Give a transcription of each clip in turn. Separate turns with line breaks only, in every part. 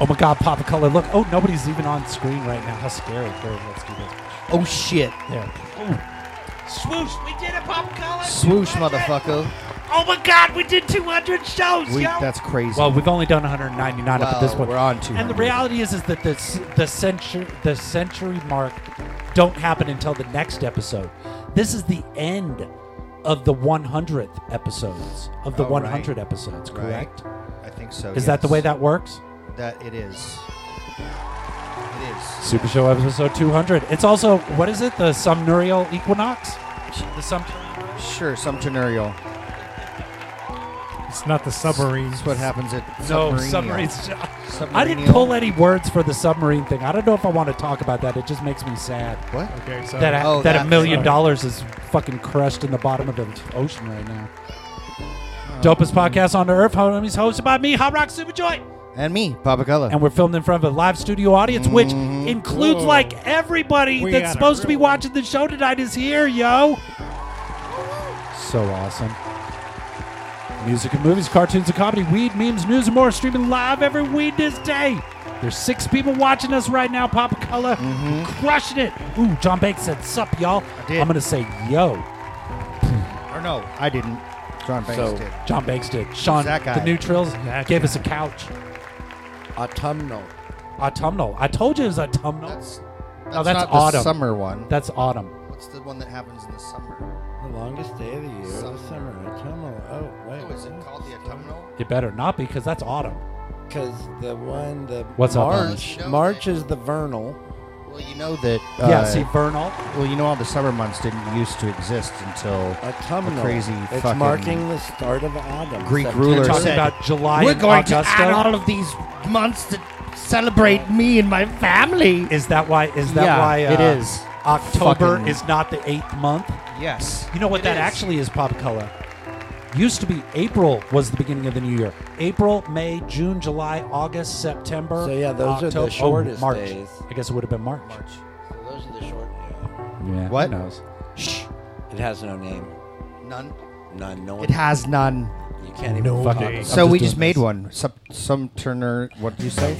Oh my God, pop a color. Look. Oh, nobody's even on screen right now. How scary. Here, let's do this.
Oh shit.
There.
Swoosh, we did it, Pop Color.
Swoosh,
200.
motherfucker.
Oh my God, we did 200 shows,
We,
yo.
that's crazy.
Well, we've only done 199 up at this
Wow,
point.
We're on two.
And the reality is, is that the the century the century mark don't happen until the next episode. This is the end of the 100th episodes of the
Oh,
100
right.
episodes.
Right.
Correct?
I think so.
Is that the
yes.
way that works?
That it is. It is.
Super Show episode 200. It's also what is it? The Sumnurial Equinox. The Sum.
Sure, subternurial.
It's not the submarine.
That's what happens at
No,
submarinial.
submarines. I didn't
Submarinial.
pull any words for the submarine thing. I don't know if I want to talk about that. It just makes me sad.
What?
Okay, so
that,
Oh,
that a
that's
million
right.
dollars is fucking crushed in the bottom of the ocean right now. Dopest podcast on the earth, homies, hosted by me, Hot Rock Superjoy,
And me, Papa Color. Mm-hmm.
and we're filmed in front of a live studio audience, which includes
Whoa.
like everybody
We
that's
got a
supposed to be
real one.
watching the show tonight is here, yo. So awesome. Music and movies, cartoons and comedy, weed, memes, news, and more streaming live every Weedness day. There's six people watching us right now, Papa Color. Crushing it. Ooh, John Banks said, Sup, y'all.
Mm-hmm. did.
I'm going to say, Yo.
or no, I didn't. John Banks
So-
did.
John Banks did. Sean,
That guy.
the new Trills,
That
gave
guy.
us a couch.
Autumnal.
Autumnal. I told you it was autumnal. That's,
That's, that's
No, that's
not
autumn.
the summer one.
autumn.
What's the one that happens in the summer?
The longest day of the year.
Summer.
The summer. Autumnal. Oh, wait.
Oh, is it called the autumnal?
It better not be because that's autumn.
Because the one, the
What's up,
March.
Alan?
March is the vernal.
Well, you know that. Uh,
yeah, see, vernal.
Well, you know all the summer months didn't used to exist until
Autumnal.
The crazy
It's
fucking
marking the start of autumn.
Greek
September.
ruler
We're talking
said,
about July
"We're
and
going to
Augusta.
add all of these months to celebrate me and my family."
is that why? Is that
Yeah,
why? uh,
it is.
October
Fucking-
is not the eighth month.
Yes.
You know what
It
that
is.
actually is, Pop Color. Used to be April was the beginning of the new year. April, May, June, July, August, September.
So, yeah, those are the
October, oh,
shortest
March.
days.
I guess it would have been March.
March. So those are the short. Yeah.
Yeah,
What?
Who knows?
Shh. It has no name.
None.
None. No one.
It has none.
you can't even.
no
Fuck
day.
it.
So
just
we
doing
just made
this.
one. Some some Turner. What do you say?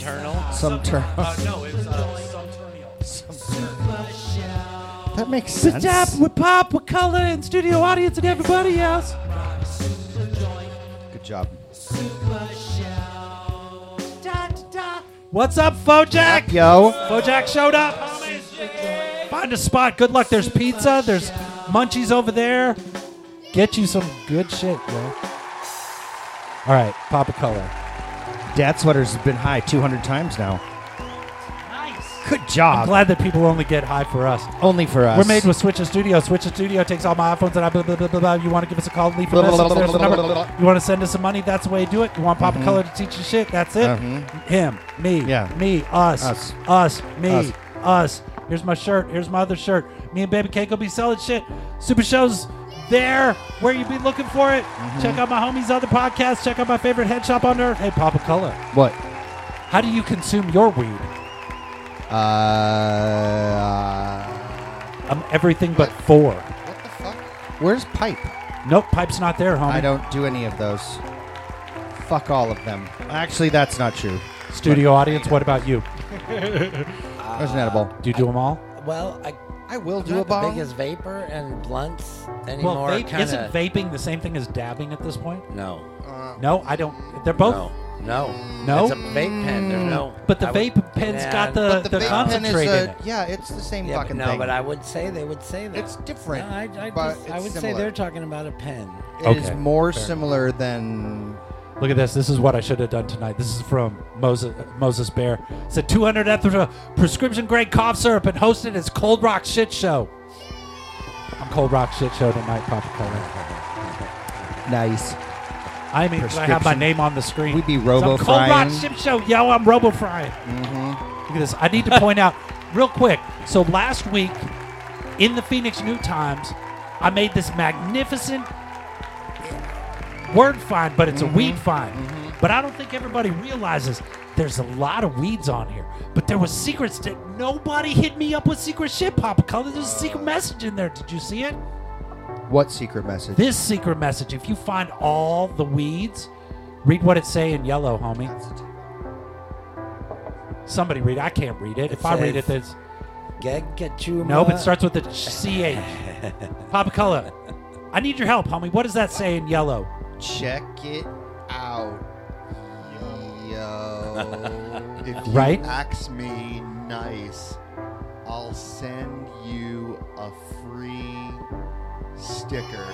Some Turner.
Uh, no, it was uh,
that makes sense.
with Pop, with Color, and studio audience, and everybody else.
Good job.
What's up, Fojack?
Yo.
Bojack showed up. Find a spot. Good luck. There's pizza. There's munchies over there. Get you some good shit, bro. All right, Papa Color.
Dad sweaters has been high 200 times now. Nice. Good job.
I'm glad that people only get high for us.
Only for us.
We're made with Switcher Studio. Switcher Studio takes all my iPhones and I blah blah blah blah. blah. You want to give us a call, leave a
Blah, blah,
message.
blah,
There's the
blah,
number.
blah, blah, blah. Mm-hmm.
You want to send us some money? That's the way to do it. You want Papa Color to teach you shit? That's it. Him, me,
Yeah.
me, us,
Us.
us, me, us.
Us.
Here's my shirt. Here's my other shirt. Me and Baby Cake will be selling shit. Super shows there where you be looking for it.
Mm-hmm.
Check out my homies' other podcasts. Check out my favorite head shop on earth. Hey, Papa Color,
What?
how do you consume your weed?
Uh.
I'm um, everything but four.
What the fuck? Where's pipe?
Nope, pipe's not there, homie.
I don't do any of those. Fuck all of them. Actually, that's not true.
Studio audience, what about you?
There's an edible.
Do you do them all?
Well, I.
I will
I'm
do a
not the
bong.
biggest vapor and blunts
Well,
anymore.
vape,
kinda,
isn't vaping the same thing as dabbing at this point?
No.
Uh,
No, I don't. They're both.
No.
No? Mm.
It's a vape pen. There's no.
But the
I
vape
would-
pen's
yeah,
got the,
But
the,
the, vape pen is
concentrate in
a,
it.
yeah, it's the same
Yeah, but
fucking
no,
thing.
but I would say they would say that.
it's different.
No, I, I,
but
just-
it's
I would say
similar.
they're talking about a pen.
It is
Okay,
more
fair.
similar than
Look at this. This is what I should have done tonight. This is from Moses Moses Bear. It's a 200 ether uh, prescription grade cough syrup and hosted as Cold Rock Shit Show. I'm Cold Rock Shit Show tonight, Papa Color.
nice.
I mean, I have my
Prescription.
name on the screen.
We be
So I'm Cold Rock
robo-frying.
Ship Show. Yo, I'm Robo Frying. Look at this. I need to point out real quick. So last week in the Phoenix New Times, I made this magnificent word find, but it's a weed find. But I don't think everybody realizes there's a lot of weeds on here. But there was secrets that nobody hit me up with secret shit, Papa Color. There's a secret message in there. Did you see it?
What secret message?
This secret message. If you find all the weeds, read what it say in yellow, homie. Somebody read. I can't read it.
It
if I read it,
says-
that's
Gegachuma.
nope. It starts with a ch. Papacola, I need your help, homie. What does that say in yellow?
Check it out. Yo. if you
Right?
ask me nice, I'll send you a free sticker.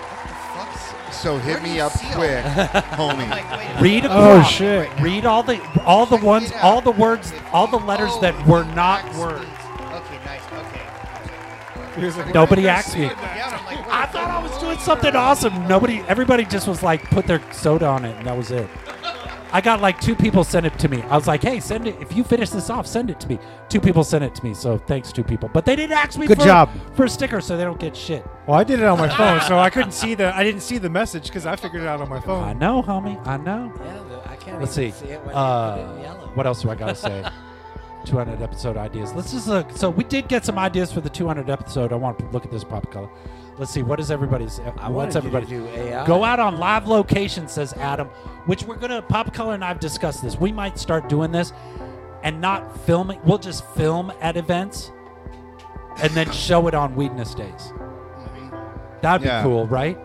What the fuck's- So hit
Where do
me
you
up
see all
quick, homie.
Like, wait a
Read
minute.
Oh,
across.
shit.
Read all the all the ones, all the words, all the letters
Oh,
that were
you
not
asked me.
words.
Okay, nice. Okay.
Here's a-
When
Nobody
I
asked
see
me.
it down, I'm like, what
I
the
thought I
fuck?
was doing something awesome. Nobody, everybody just was like, put their soda on it, and that was it. I got like two people sent it to me. I was like, hey, send it. If you finish this off, send it to me. Two people sent it to me, so thanks, two people. But they didn't ask me
Good
for,
job.
for a sticker, so they don't get shit.
Well, I did it on my phone, so I couldn't see the I didn't see the message because I figured it out on my
I
phone.
know, homie. I know.
Yeah, the- I can't
Let's see.
even see, it when you put it in
Uh,
yellow.
what else do I got to say? 200 episode ideas. Let's just look. So we did get some ideas for the 200 episode. I want to look at this pop color. Let's see. What is everybody's? uh,
I wanted
what's
you to
everybody?
do AI.
Go out on live location, says Adam. Which we're gonna. Pop color and I've discussed this. We might start doing this, and not filming. We'll just film at events, and then show it on Weedness days. That'd
Yeah.
be cool, right?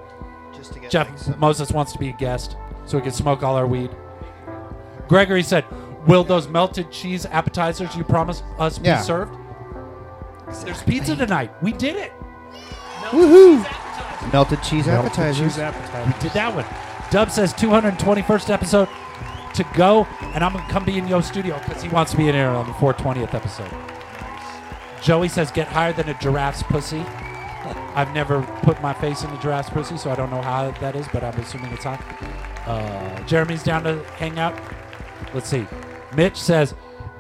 Just to get
Jeff
like, some-
Moses wants to be a guest so we can smoke all our weed. Gregory said, "Will those melted cheese appetizers you promised us be
Yeah.
served?" There's pizza tonight. We did it.
Melted cheese appetizers.
Choose appetizer.
We did that one. Dub says 221st episode to go, and I'm gonna come be in Yo studio because he wants to be in here on the 420th episode. Joey says, "Get higher than a giraffe's pussy." I've never put my face in a giraffe's pussy, so I don't know how that is, but I'm assuming it's hot. Uh, Jeremy's down to hang out. Let's see. Mitch says,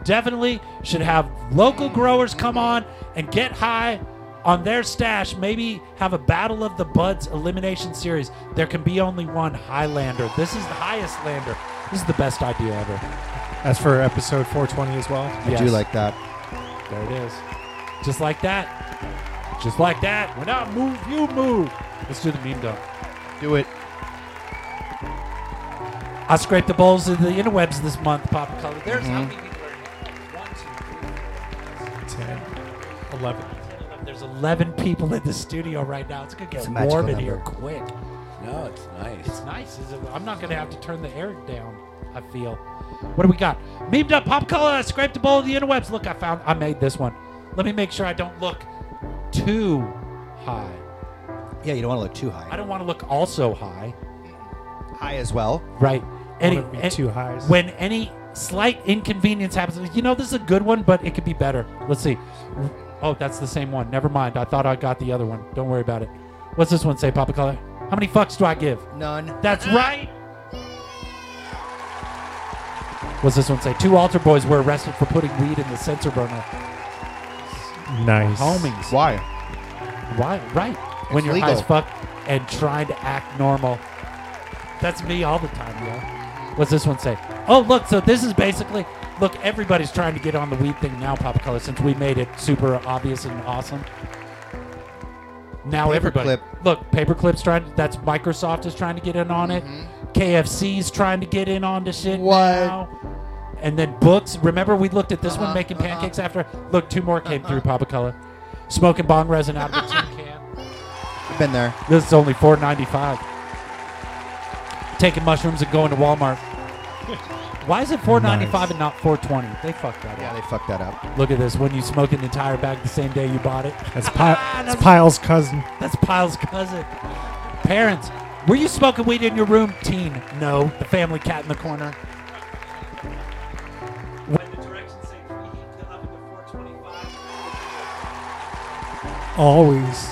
"Definitely should have local growers come on and get high." On their stash, maybe have a Battle of the Buds elimination series. There can be only one Highlander. This is the highest lander. This is the best idea ever.
That's for episode 420 as well.
I do
Yes.
like that.
There it is. Just like that. Just like that. When I move, you move. Let's do the meme dump.
Do it.
I scraped the bowls of the interwebs this month, Papa Color. There's
Mm-hmm.
how many people are in One, two, three, four,
10, 11.
five, six, seven, eight. There's 11 people in the studio right now. It's going to
It's
get
a magical
warm in
number.
here quick.
No, it's nice.
It's nice. Is it? I'm not going to have to turn the air down, I feel. What do we got? Memed up Pop Color. I scraped the bowl of the interwebs. Look, I found, I made this one. Let me make sure I don't look too high.
Yeah, you don't want to look too high.
I don't want to look also high.
high as well.
Right. Any,
Wanna be
an-
too highs.
When any slight inconvenience happens, you know, this is a good one, but it could be better. Let's see. Oh, that's the same one. Never mind. I thought I got the other one. Don't worry about it. What's this one say, Papa Color? How many fucks do I give?
None.
That's right. What's this one say? Two altar boys were arrested for putting weed in the sensor burner.
Nice.
Homies.
Why?
Why? Right. when you're high
legal.
as fuck and trying to act normal. That's me all the time, yo. What's this one say? Oh, look, so this is basically look, everybody's trying to get on the weed thing now, Papa Color, since we made it super obvious and awesome. Now everybody
Paperclip.
look, paperclips trying that's Microsoft is trying to get in on it. KFC's trying to get in on to shit
What?
now. And then books. Remember we looked at this one making pancakes after look, two more came through, Papa Color. Smoking bong resin out of a tin can.
I've been there.
This is only four ninety five. Taking mushrooms and going to Walmart. Why is it four ninety five and not four twenty? They fucked that
Yeah,
up.
they fucked that up.
Look at this. When you smoke an entire bag the same day you bought it, Ah,
That's, Pi- that's Pyle's cousin.
that's Pyle's cousin. Parents, were you smoking weed in your room? Teen, no. The family cat in the corner. When the directions say preheat the oven to four twenty five.
Always.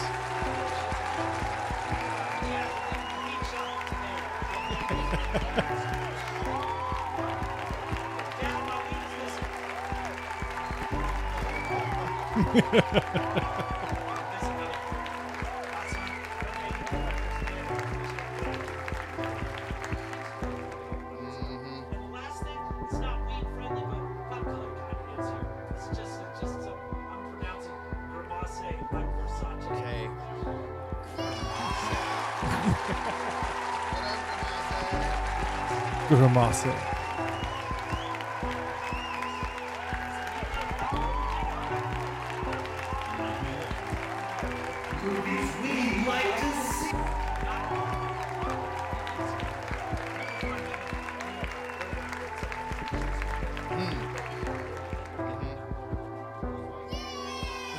And the last thing, it's not weed friendly, but pop color kind of is here. It's just, it's just, so I'm pronouncing Grimace like Versace.
Okay.
Grimasa.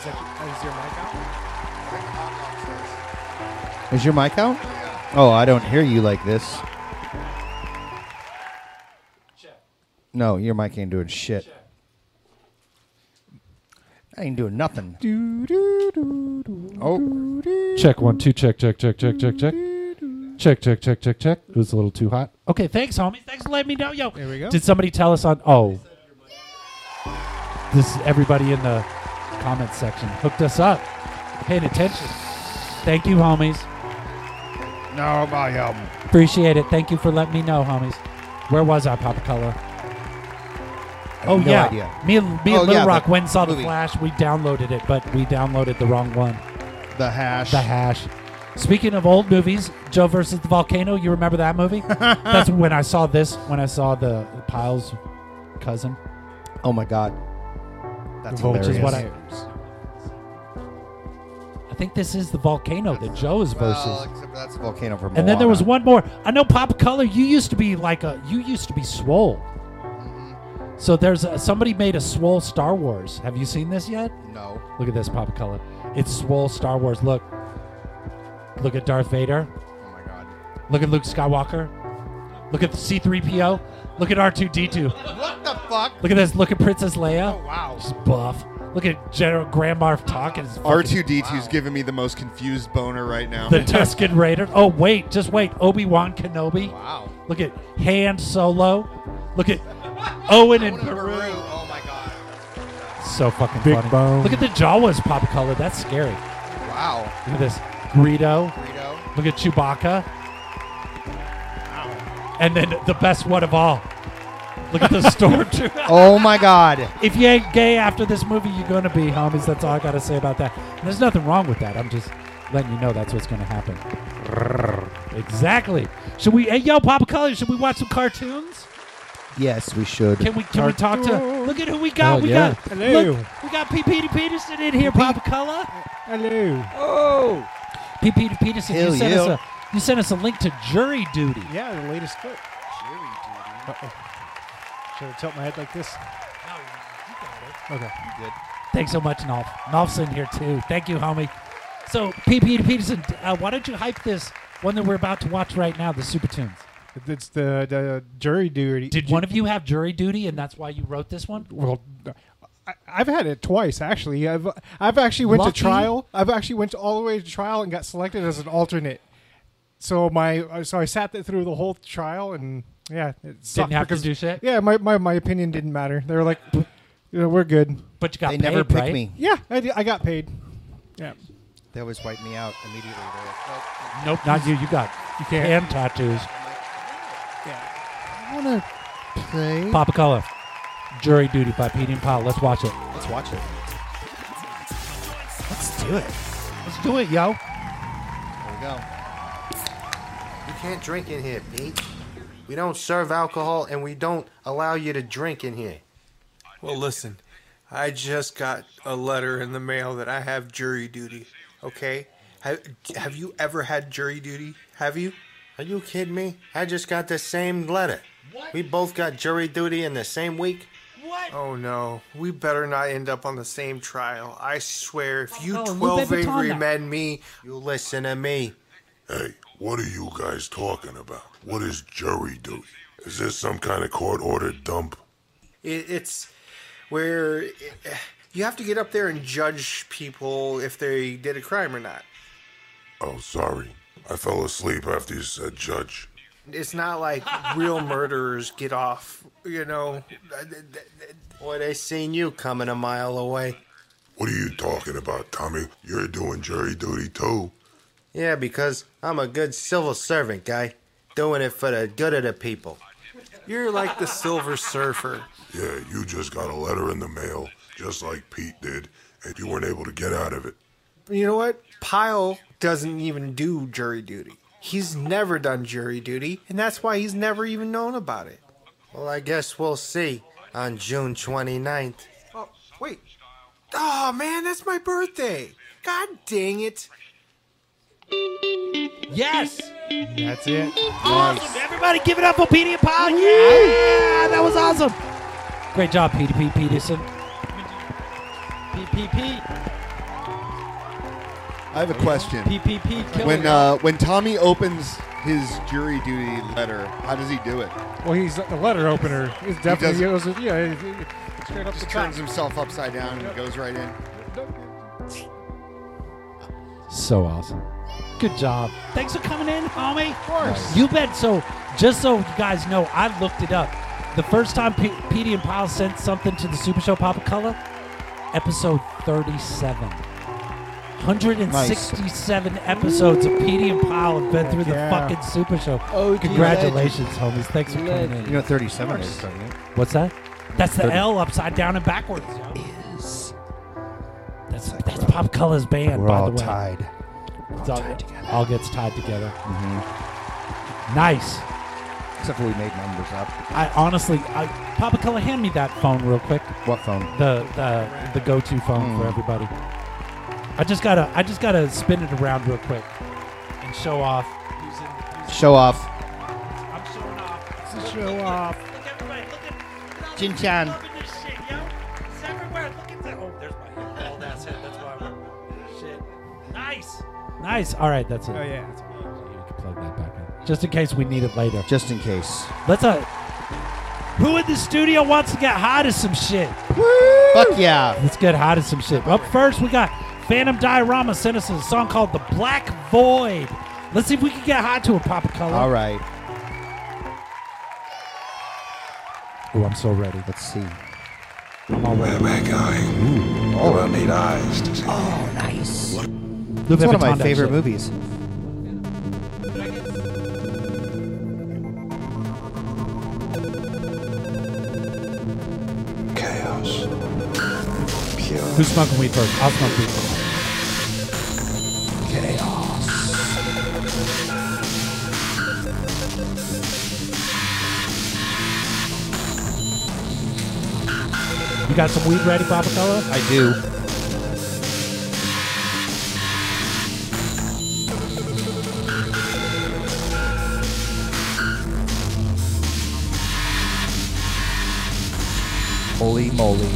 oh,
Is your mic out?
Is your mic out? Oh, I don't hear you like this. No, your mic ain't doing shit. I ain't doing nothing. Oh,
Check one, two, check, check, check, check, check, check. Check, check, check, check, check. It was a little too hot. Okay, thanks, homie. Thanks for letting me know. Yo,
There we go.
did somebody tell us on? Oh, this is everybody in the comment section hooked us up, paying attention. Thank you, homies.
no, my um.
Appreciate it. Thank you for letting me know, homies. Where was I, Papa Color? Oh
no
yeah,
idea.
me and me
Oh,
and Little
yeah,
Rock
the
went and saw the
movie.
Flash. We downloaded it, but we downloaded the wrong one.
The hash.
The Hash. Speaking of old movies, Joe versus the Volcano. You remember that movie? That's when I saw this. When I saw the Piles cousin,
Oh my god. That's
which
hilarious.
is what I. I think this is the volcano that Joe is versus.
Well, except that's a volcano from
and then there was one more. I know Pop Color. You used to be like a. You used to be swole.
Mm-hmm.
So there's a, somebody made a swole Star Wars. Have you seen this yet?
No.
Look at this Pop Color. It's swole Star Wars. Look. Look at Darth Vader.
Oh my god.
Look at Luke Skywalker. Look at C3PO. Look at R2D2.
What the fuck? Oh,
Look at this. Look at Princess Leia.
Wow.
She's buff. Look at General Grand Moff Tarkin's fucking-
R2D2's giving me the most confused boner right now.
The Tusken Raider. Oh, wait. Just wait. Obi Wan Kenobi.
wow.
Look at Han Solo. Look at Owen and Peru.
Oh my god.
So fucking
Big
funny.
bone.
Look at the Jawas pop color. That's scary. Look
Wow.
at this. Greedo.
Rito.
Look at Chewbacca. And then the best one of all. Look at the stormtrooper.
Oh my god.
If you ain't gay after this movie, you're gonna be, homies. That's all I gotta say about that. And there's nothing wrong with that. I'm just letting you know that's what's gonna happen. Exactly. Should we? Hey, yo, Papa Color, should we watch some cartoons?
Yes, we should.
Can we? Can we talk to?
Cartoon.
Look at who we got.
Oh,
we
yeah.
got.
Hello.
Look, we got P. Peter Peterson in here, Oh. Papa Color.
Hello.
P. Peter Peterson, you
Hell
sent us
yeah.
a. You sent us a link to Jury Duty.
Yeah, the latest clip. Uh-oh. Should I tilt my head like this? Okay.
Thanks so much, Nolf. Nolf's in here too. Thank you, homie. So, P. Peter Peterson, uh, why don't you hype this one that we're about to watch right now, the Super Tunes?
It's the, the jury duty.
Did one of you have jury duty, and that's why you wrote this one?
Well, I, I've had it twice actually. I've I've actually went
Lucky.
to trial. I've actually went all the way to trial and got selected as an alternate. So my uh, so I sat th- through the whole trial and yeah, it sucked
have to
because-
do shit?
Yeah, my, my, my opinion didn't matter. They were like, you know, we're good.
But you got
they
paid,
never picked
right?
me.
Yeah, I, did- I got paid. Yeah,
They always wipe me out immediately. They're like, "Nope,
Nope, not you. You got you
can't.
hand tattoos.
I want to play.
Papa Color, Jury Duty by Petey and Paul. Let's watch it.
Let's watch it. Let's do it.
Let's do it, yo.
There we go.
You can't drink in here, Pete. We don't serve alcohol and we don't allow you to drink in here.
Well, listen, I just got a letter in the mail that I have jury duty. Okay, have, have you ever had jury duty? Have you?
Are you kidding me? I just got the same letter. What? We both got jury duty in the same week.
Oh no, we better not end up on the same trial. I swear, if you
Oh, Lou
twelve
Baby
angry
Tonda.
men me,
You listen to me.
Hey, what are you guys talking about? What is jury duty? Is this some kind of court ordered dump?
it, it's where eh, you have to get up there and judge people if they did a crime or not.
Oh, sorry. I fell asleep after you said judge.
It's not like real murderers get off. You know,
Boy, they seen you coming a mile away.
What are you talking about, Tommy? You're doing jury duty too.
Yeah, because I'm a good civil servant guy, doing it for the good of the people.
you're like the Silver Surfer.
Yeah, you just got a letter in the mail, just like Pete did, and you weren't able to get out of it.
You know what? Pyle doesn't even do jury duty. He's never done jury duty, and that's why he's never even known about it.
Well, I guess we'll see on June 29th.
Oh, wait. Oh, man, that's my birthday. God dang it.
Yes.
that's it.
Awesome. Everybody give it up for Petey and Paul. Yeah, that was awesome. Great job, Petey P. Peterson. PPP.
I have a question.
PPP killer.
When uh, when Tommy opens his jury duty letter, how does he do it?
Well, he's a letter opener. He's
He does
definitely
it.
goes with- yeah, he- he- straight up
Just
the
turns himself upside down and goes right in.
So awesome.
Good job. Thanks for coming in, homie. Of
course.
You bet. So, just so you guys know, I looked it up. The first time P- Petey and Pyle sent something to the Super Show Papa Color, episode 37. 167 episodes of Petey and Pyle have been through the
Yeah.
fucking Super Show.
Oh,
Congratulations, homies. Thanks for coming in.
You know, 37 is, don't you?
What's that? That's the
Thirty-
L upside down and backwards. Is. That's, that's Pop Color's band,
We're
by
all
the way.
tied.
It's all, all gets tied together. Nice.
Mm-hmm. Except for we made numbers up.
I honestly, I, Papa Color, hand me that phone real quick.
What phone?
The the the go-to phone for
Mm.
everybody. I just gotta I just gotta spin it around real quick and show off.
Show off.
I'm showing off.
It's a show off.
Look everybody, look at, look
Jin Chan.
this shit, yo. It's everywhere. Look at that. Oh, there's my head. Oh, that's it. That's why I'm shit. Nice. Nice. All right, that's it.
Oh yeah.
Plug that back in. Just in case we need it later.
Just in case.
Let's uh Who in the studio wants to get high to some shit?
Fuck yeah.
Let's get high to some shit. Up first, we got Phantom Diorama sent us a song called The Black Void. Let's see if we can get high to it, Papa Color.
All right.
Oh, I'm so ready.
Let's see.
I'm
Oh,
all ready.
Am I going? Oh, I need eyes to see. Oh, nice. What?
That's one of my
Vuitton
favorite
shit.
movies.
Chaos. Pure
Who's smoking weed first? I'll smoke weed first.
chaos.
You got some weed ready, Papa Color?
I do. Holy moly.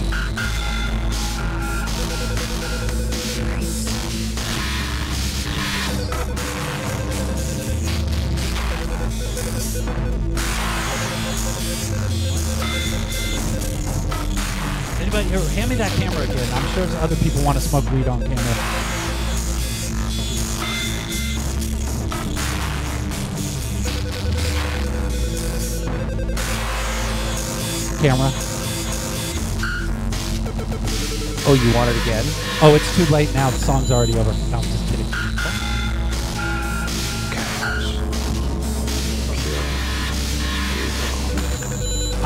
Anybody here, hand me that camera again. I'm sure there's other people want to smoke weed on camera. Camera.
Oh, you want it again?
Oh, it's too late now. The song's already over. No, I'm just kidding.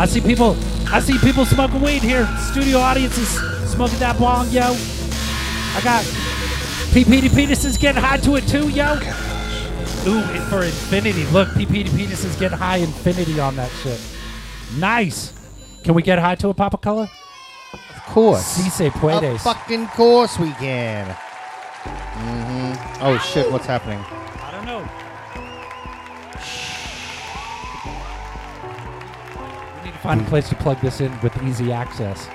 I see people. I see people smoking weed here. Studio audience is smoking that bong, yo. I got P. Petey Peterson's getting high to it too, yo. Ooh, and for infinity. Look, P. Petey Peterson's getting high infinity on that shit. Nice. Can we get high to a Papa Color?
Of course.
Si se puede.
Of fucking course we can.
Mm-hmm.
hmm Oh shit, what's happening?
I don't know. We need to find a place to plug this in with easy access.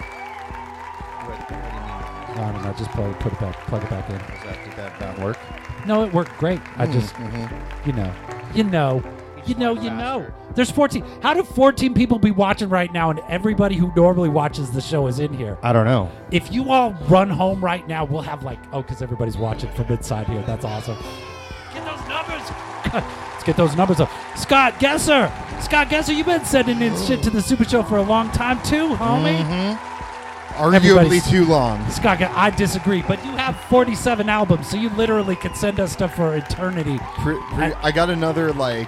I don't know. Just plug, put it back, plug it back in.
Did that not work?
No, it worked great. I
Hmm,
Mm,
just,
mhm.
mm-hmm.
you know, you know, you know, you know. There's 14. How do 14 people be watching right now, and everybody who normally watches the show is in here?
I don't know.
If you all run home right now, we'll have like, oh, because everybody's watching from inside here. That's awesome. Get those numbers. Let's get those numbers up. Scott Gesser. Scott Gesser, you've been sending in shit to the Super Show for a long time too, homie.
Mm-hmm.
Arguably
Everybody's-
too long.
Scott, Ge- I disagree, but you have 47 albums, so you literally can send us stuff for eternity.
Pre- pre- I, got another like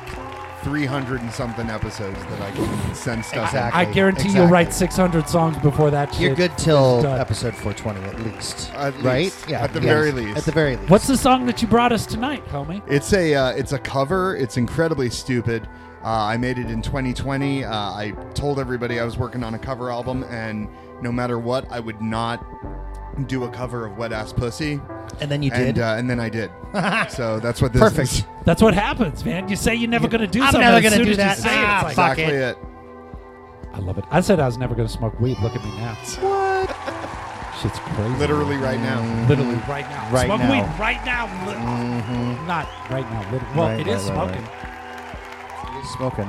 300 and something episodes that I can send stuff. in.
I guarantee you'll write 600 songs before that shit.
You're good
is
till
done.
episode 420 at least.
At
right?
least.
Yeah.
At the
yes.
very least.
At the very least.
What's the song that you brought us tonight, homie?
It's a uh, it's a cover. It's incredibly stupid. Uh, I made it in 2020. Uh, I told everybody I was working on a cover album, and no matter what, I would not do a cover of Wet Ass Pussy.
And then you
And,
did?
uh, and then I did. so that's what this
Perfect.
is.
That's what happens, man. You say you're never going to do
I'm
something.
never
going
gonna
to
do that.
Say it,
Ah,
it's like,
fuck
Exactly it.
I love it. I said I was never going to smoke weed. Look at me now. What? shit's crazy. Mm-hmm.
Literally right now.
Literally right now.
Right
Smoke
now.
weed right now. Li- Not right now. Literally. Well,
Mm-hmm. Right,
it is
right, right,
smoking.
Smoking.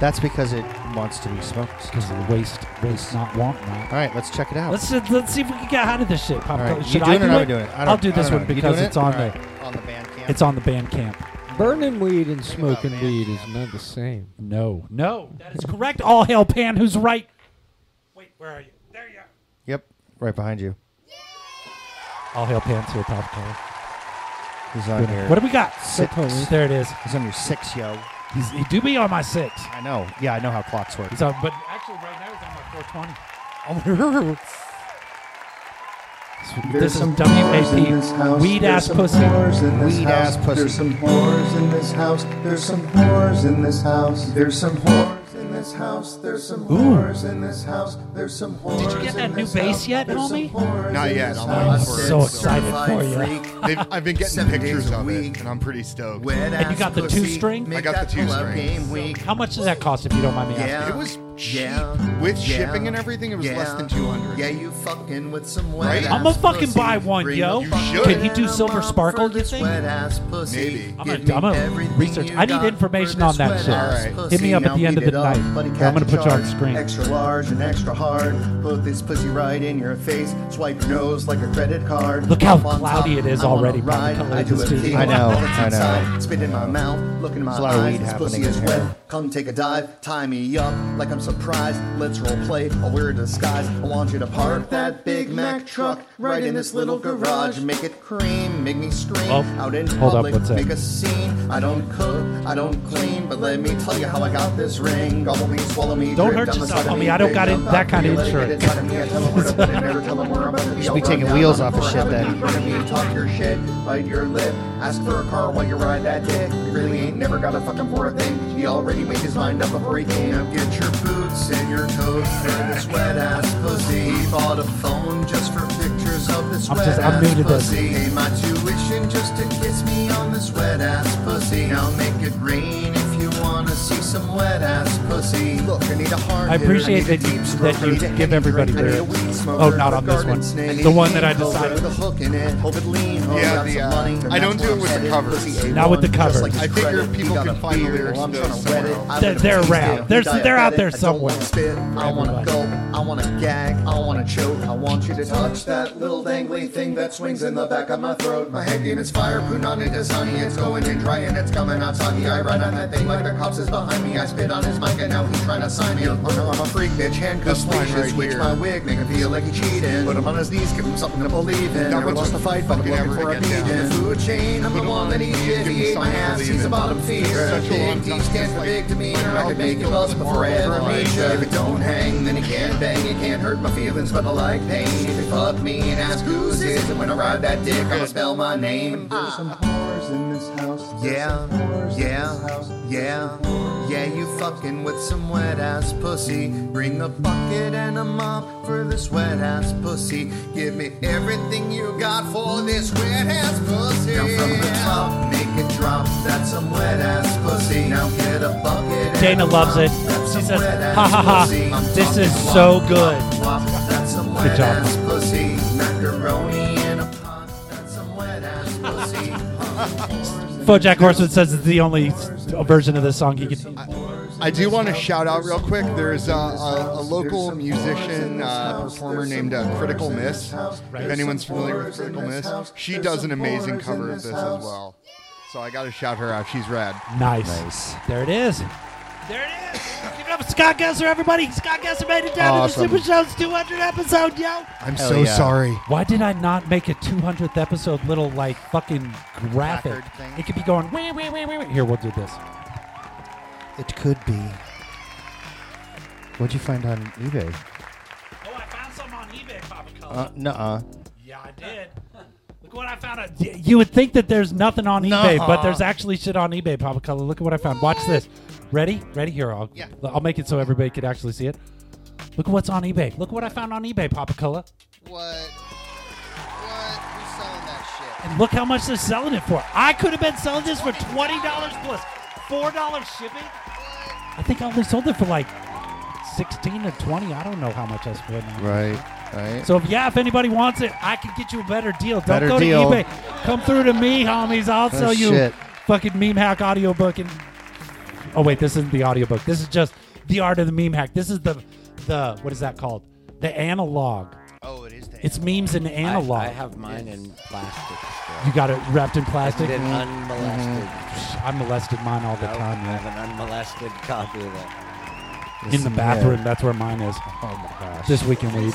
That's because it wants to be smoked. Because
of the waste, waste not want not.
All right, let's check it out.
Let's just, let's see if we can get out of this shit. Pop
All right,
Culture.
you
Should
doing it or
I do
am I
it?
doing it? I
I'll
don't-
do
I
this
don't
one
know. You
because
doing
it's
it?
on
All right,
the
on the Bandcamp.
It's on the band camp.
Burning weed and smoking weed is not the same.
No, no, that is correct. All hail Pan, who's right. Wait, where are you? There you are.
Yep, right behind you.
All hail Pan's here, Pop Culture.
He's on
Good.
here.
What do we got?
Six.
There it is.
He's on your six, yo.
He's, he do be on my six.
I know. Yeah, I know how clocks work.
He's on, but actually, right now he's on my 420.
There's
this is
some whores in this
WAP.
house.
Weed
There's
ass
some
pussy.
whores in this house. There's some whores in this house. There's some whores in this house. There's some whores in this house. There's some whores in this house. There's some whores. Did you get that new
bass yet, homie?
Not yet. I'm
I'm
waiting for
so
it.
excited for you.
They've, I've been getting
Seven
pictures
days a
of it, and I'm pretty stoked.
And you got the two string?
I got the two string.
How much does that cost if you don't mind me asking?
It was cheap. With shipping and everything, it was less than 200.
Yeah, you fucking with some wet
Right?
ass
I'm gonna fucking
pussy.
buy one,
Bring
yo.
the
You
fucking
should. Can he do
hammer
silver
up
sparkle,
for
you
this
think?
Wet ass pussy.
Maybe. I'm
Give
gonna-
me
I'm gonna
everything
research.
you
I need
got for
information
this
on that
wet
shit.
ass
Alright.
pussy.
Hit me up at
Now
the end
eat
of the
it up,
night.
buddy,
I'm
catch
gonna
a
put you on
charge.
screen.
Extra large and extra hard. Put this pussy right in your face. Swipe your nose like a credit card.
Look how
Up on
cloudy
top.
it is
I wanna
already, Bobby,
Ride.
come
I
on,
do
this
a
dude.
thing.
I know,
What's
I know.
inside? Spit in my mouth. Look in my
There's a lot of
eyes.
weed
This pussy
happening
is
in
wet.
here.
Come take a dive, tie me up like I'm surprised. Let's role play. I'll wear a disguise. I want you to park that Big Mac truck right in this little garage. Make it cream, make me scream
Well,
out in
hold up,
public.
what's that?
make a scene. I don't cook, I don't clean, but let me tell you how I got this ring. Gobble me, swallow me.
Don't
drip down
hurt
the
yourself,
side of
homie.
me,
I don't
big
got it-
dump
that
up,
kind of
let it get
insurance.
inside of me. I tell 'em where to put it, never tell 'em where I'm gonna be.
should be
I'll
taking
run
wheels
down
off of
on
shit
the
then.
corner, Front of me, talk your shit, bite your lip, ask for a car while you ride that dick. You really ain't never got a fucking poor thing. He already made his mind up before he came. Now get your boots and your coat for this wet ass pussy. He bought a phone just for pictures of this
I'm
wet
just- I'm
ass
new to this.
pussy. Pay my tuition just to kiss me on this wet ass pussy. Now make it rain if you wanna see some wet ass pussy. Look, I need a hard
I
hitter,
appreciate
need a
that you-
deep
that
stroker,
you
need a
give everybody
I need a
lyrics.
weed
Oh,
smoker,
not
a
on this
garden
one.
snake.
The
need a
one that I
cane holder
decided-
with a hook in it. Hope it lean. hope
Yeah,
it got
the,
some
uh,
money.
I don't
That's
do it with
where I'm
the
headed.
covers.
Pussy
Not with the
A1, just
covers.
like his
I figure
credit. He
people
got
can
a
find the
beard.
lyrics
I'm
to
tryna
those
wet it.
somewhere
I'm
They're-
gonna
they're
taste
around.
it.
There's-
I'm
they're out there
diabetic. I don't wanna
somewhere.
spit. I wanna
Everybody.
go. I wanna gag. I wanna choke. I want you to touch that little dangly thing that swings in the back of my throat. My head game is fire. Punani to sunny. It's going in dry and it's coming out soggy. I ride on that thing like the cops is behind me. I spit on his mic and now he's trying to sign me. Oh no, I'm a freak, bitch. Handcuffs,
This line
leashes,
right
wigs,
here.
my wig, make him feel like he cheated. Put him on his knees, give him something to believe
That
in. Never
one's
lost a fight, but I'm
fucking
looking
ever
for a
to get down.
beat. Food chain, I'm the one that eats shit. He ate my
something to
ass,
believe
he's a
in.
bottom feeder.
Such a long
Big D
time
stands for big demeanor. I could make you bust before I ever meet you. If it don't hang, then you can't bang. You can't hurt my feelings, but I like pain. If you fuck me and ask who's his, and when I ride that dick, I'ma spell my name. There's
Ah.
some whores in this house. There's Yeah, some whores in this yeah, house. yeah, yeah. You fucking with some wet ass pussy. Bring a bucket and a mop for this wet ass pussy. Give me everything you got for this wet ass pussy. Now from the top, make it drop. That's some wet ass pussy. Now get a bucket. and
Dana
a
loves it.
mop. That's
She
some
says,
wet ass
ha ha ha,
pussy. I'm
this
talking
is
wop,
so
wop,
good.
wop. That's some
Good
wet
job.
ass pussy. Macaroni and a pot. That's some wet ass pussy.
Bojack Horseman says it's the only s- version of this song he can.
I do want to shout out real quick. There's a, a, a local musician uh, performer named uh, Critical Miss. If anyone's familiar with Critical Miss, she does an amazing cover of this as well. So I got to shout her out. She's rad.
Nice. There it is. There it is. Give it up, for Scott Gesser, everybody. Scott Gesser made it down
Awesome.
to the Super Show's 200 episode, yo.
I'm Hell so yeah. sorry.
Why did I not make a 200th episode little like fucking graphic?
Placard thing?
It could be going. Wah, wah, wah, wah, wah. Here, we'll do this.
It could be. What'd you find on eBay?
Oh, I found some on eBay, Papa
Uh, nuh-uh.
Yeah, I did. Look what I found. You would think that there's nothing on eBay, but there's actually shit on eBay, Papa Color. Look at what I found. Watch this. Ready? Ready? Here, I'll, I'll make it so everybody could actually see it. Look at what's on eBay. Look what I found on eBay, Papa Color.
What? What? Who's selling that shit?
And look how much they're selling it for. I could have been selling this for $20 plus $4 shipping. I think I only sold it for like 16 or 20. I don't know how much I spent. on it.
Right.
Right.
So if, yeah, if anybody wants it, I can get you a better deal. Don't
Better
go
deal.
to eBay. Come through to me, homies. I'll
Oh,
sell you
shit.
fucking meme hack audiobook and Oh wait, this isn't the audiobook. This is just the art of the meme hack. This is the the what is that called? The analog.
Oh, it is the
It's memes in analog.
I, I have mine in plastic. still.
You got it wrapped in plastic.
And then
Mhm.
unmolested.
Mhm. I molested mine all the
No,
time.
I
yeah.
have an unmolested copy of that.
In the bathroom, that's where mine is. Oh my gosh. This weekend weed.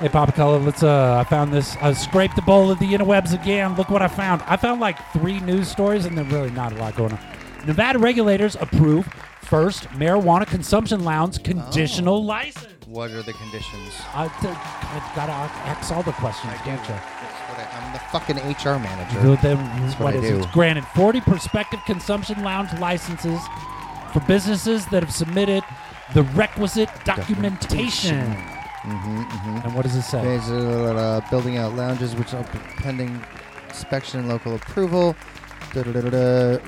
Hey Papa Color, let's uh I found this. I scraped the bowl of the interwebs again. Look what I found. I found like three news stories and there's really not a lot going on. Nevada regulators approve first marijuana consumption lounge conditional license.
What are the conditions?
I t- I've got to ask all the questions, can't you?
I'm the fucking HR manager.
Well, then what
I
is it? It's Granted, 40 prospective consumption lounge licenses for businesses that have submitted the requisite documentation. And what does it say?
uh, building out lounges which are pending inspection and local approval. Da-da-da-da-da.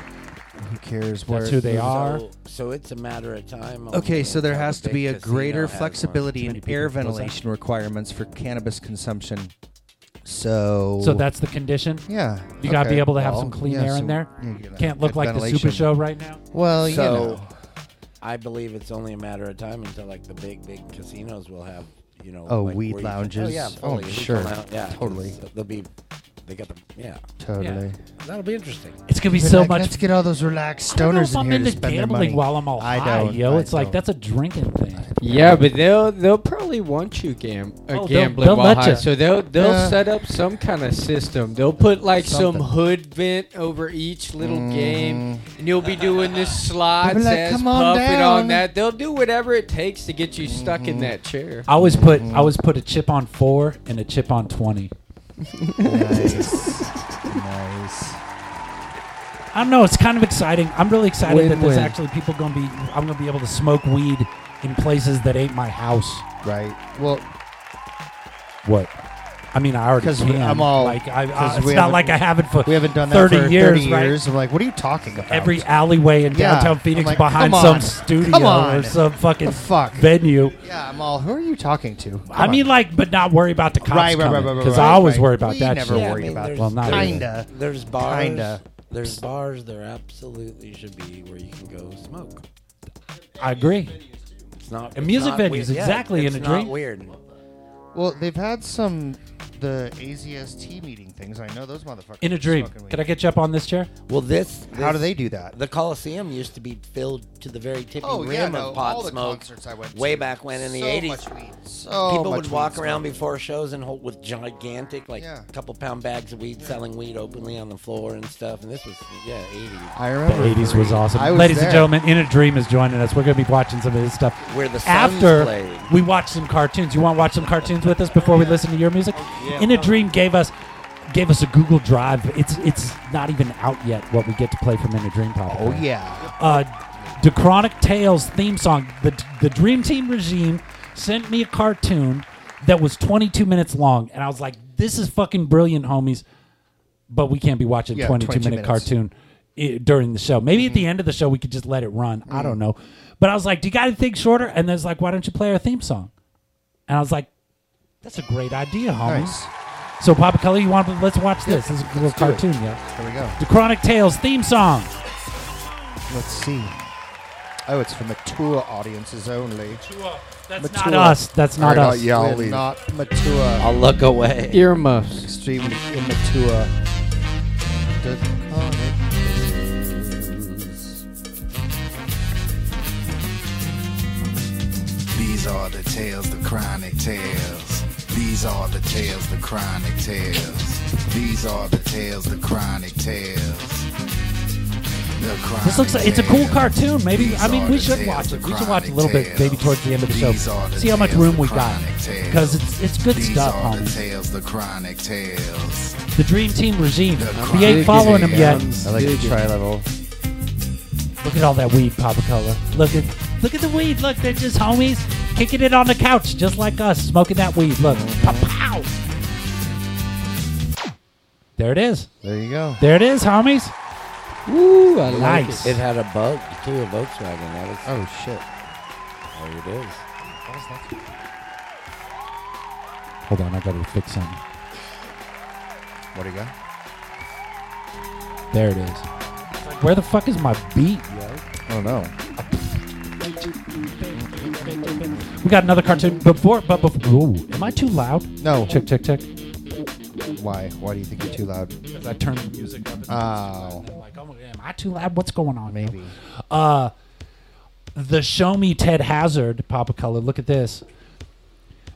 Who cares where
That's
it
who they
is.
are.
So-
So it's a matter of time.
Okay, so there has to be a greater
uh,
flexibility in air
people. What's that?
ventilation requirements for cannabis consumption. So,
So that's the condition?
Yeah,
You got to be
okay,
able to have
well,
some clean
yeah,
air in
so
there.
you gotta
Can't look
good
like the Super
ventilation.
Show right now.
Well, you
so
know.
I believe it's only a matter of time until like the big, big casinos will have, you know,
Oh,
like,
weed
where you can-
lounges.
oh yeah,
Oh,
fully.
I'm
legal
sure.
lounge- yeah, 'cause
Totally.
They'll be, they got the yeah.
Totally.
Yeah. That'll be interesting.
It's gonna be
They're
so
like,
much.
Let's get all those relaxed
I don't know
stoners
if
in
I'm
here to
into
spend their
gambling
money.
while I'm all
I
high,
don't,
yo.
I
it's like
don't.
that's a drinking thing.
Yeah, but they'll they'll probably want you gam
Oh,
uh,
they'll-
gambling
they'll
while
let
high,
ya.
so they'll they'll
Yeah.
set up some kind of system. They'll put like
Something.
some hood vent over each little
Mm-hmm.
game, and you'll be doing this slide,
They'll be like,
says,
"Come on
puffing
down."
on that. They'll do whatever it takes to get you stuck in that chair.
Mm-hmm. I always put
Mm-hmm.
I always put a chip on four and a chip on twenty.
Mm-hmm.
nice. nice.
I don't know. It's kind of exciting. I'm really excited that there's
Win-win.
actually people going to be. I'm going to be able to smoke weed in places that ain't my house.
Right. Well.
What? I mean, I already
'Cause we-
can.
I'm all-
like I, I-
'cause
it's
we
not
haven't-
like I haven't for
we haven't done that
30
for 30
years.
years.
Right?
I'm like, what are you talking about?
Every alleyway in
Yeah.
downtown
I'm
Phoenix
like,
behind
come
some
on.
studio
Come on.
or some fucking
The fuck?
venue.
Yeah, I'm all. Who are you talking to? Come
I
on.
mean, like, but not worry about the cops
Right, right, right, right, right,
because
right,
I always
right.
worry about
We
that.
never
shit.
Yeah, worry I mean, about
there's-
Well, not
there's-
really.
There's bars.
Kinda.
There's bars. There absolutely should be where you can go smoke.
I agree.
It's not.
And music
it's not
venues,
weird. Yeah,
exactly,
it's
in a
not
dream.
Weird.
Well, they've had some the AZST meeting things. I know those motherfuckers.
In a
are
dream.
smoking weed.
Can I get you up on this chair?
Well, this,
How do they do that?
The Coliseum used to be filled to the very tippy
Oh,
rim
yeah,
of
no,
pot
all the
smoke.
concerts I went
way
to.
back when in the
So
eighties,
much weed. So
people
much
would
weed
walk around
smoking.
before shows and hold with gigantic, like
Yeah.
couple pound bags of weed, selling weed openly on the floor and stuff. And this was yeah, eighties.
I
The
remember.
80s was awesome.
I was
Ladies
there.
and gentlemen, In a Dream is joining us. We're going to be watching some of his stuff.
Where the Suns
After
played.
we watch some cartoons. You want to watch some cartoons with us before we listen to your music?
yeah.
In a Dream gave us gave us a Google Drive. It's it's not even out yet what we get to play from In a Dream Pop.
Oh, yeah.
Uh The Chronic Tales theme song. The the Dream Team regime sent me a cartoon that was 22 minutes long and I was like, this is fucking brilliant, homies. But we can't be watching
Yeah,
22,
22
minute
minutes. Mm-hmm.
cartoon i- during the show. Maybe at the end of the show we could just let it run. I don't know. But I was like, "Do you got anything shorter?" And there's like, "Why don't you play our theme song?" And I was like, "That's a great idea, homies."
Nice.
So Papa Color, you want to let's watch this. This is a little
Let's do it.
cartoon, yeah.
Here we go.
The Chronic Tales theme song.
Let's see. Oh, it's for mature audiences only.
Mature. That's not us. That's not
Alright,
us.
I'll-
We're
We're not mature. I'll
look away.
Earmuffs.
Extremely immature. The
These are the tales, the chronic tales. These are the tales, the chronic tales. These are the tales, the chronic tales. The chronic
This looks like it's a cool cartoon. Maybe I mean
are
we
the
should
tales,
watch it.
the
We should watch a
chronic
little bit,
tales.
maybe towards the end of the show.
These are the
See how much
tales,
room
the
we got
chronic tales.
because it's it's good
These
stuff,
are the
homies.
tales, the chronic tales.
The Dream Team regime. We
chronic
ain't following them yet.
tales. I like the Dig it.
tri-level.
Look at all that weed, Papa Color. Look at look at the weed. Look, they're just homies kicking it on the couch, just like us, smoking that weed. Look, pow, pow. There it is.
There you go.
There it is, homies. Woo, I like nice.
It had a bug too, a
Oh,
Volkswagen. That was,
oh shit!
There it is.
Hold on, I gotta fix something.
What do you got?
There it is. Where the fuck is my beat, yo?
Oh no.
We got another cartoon before, but before. Ooh, am I too loud?
No.
Check, check, check.
Why? Why do you think you're too loud?
Because I turned the music up.
Oh.
Am I too loud? What's going on? Maybe. Uh, the Show Me Ted Hazard Papa Color. Look at this.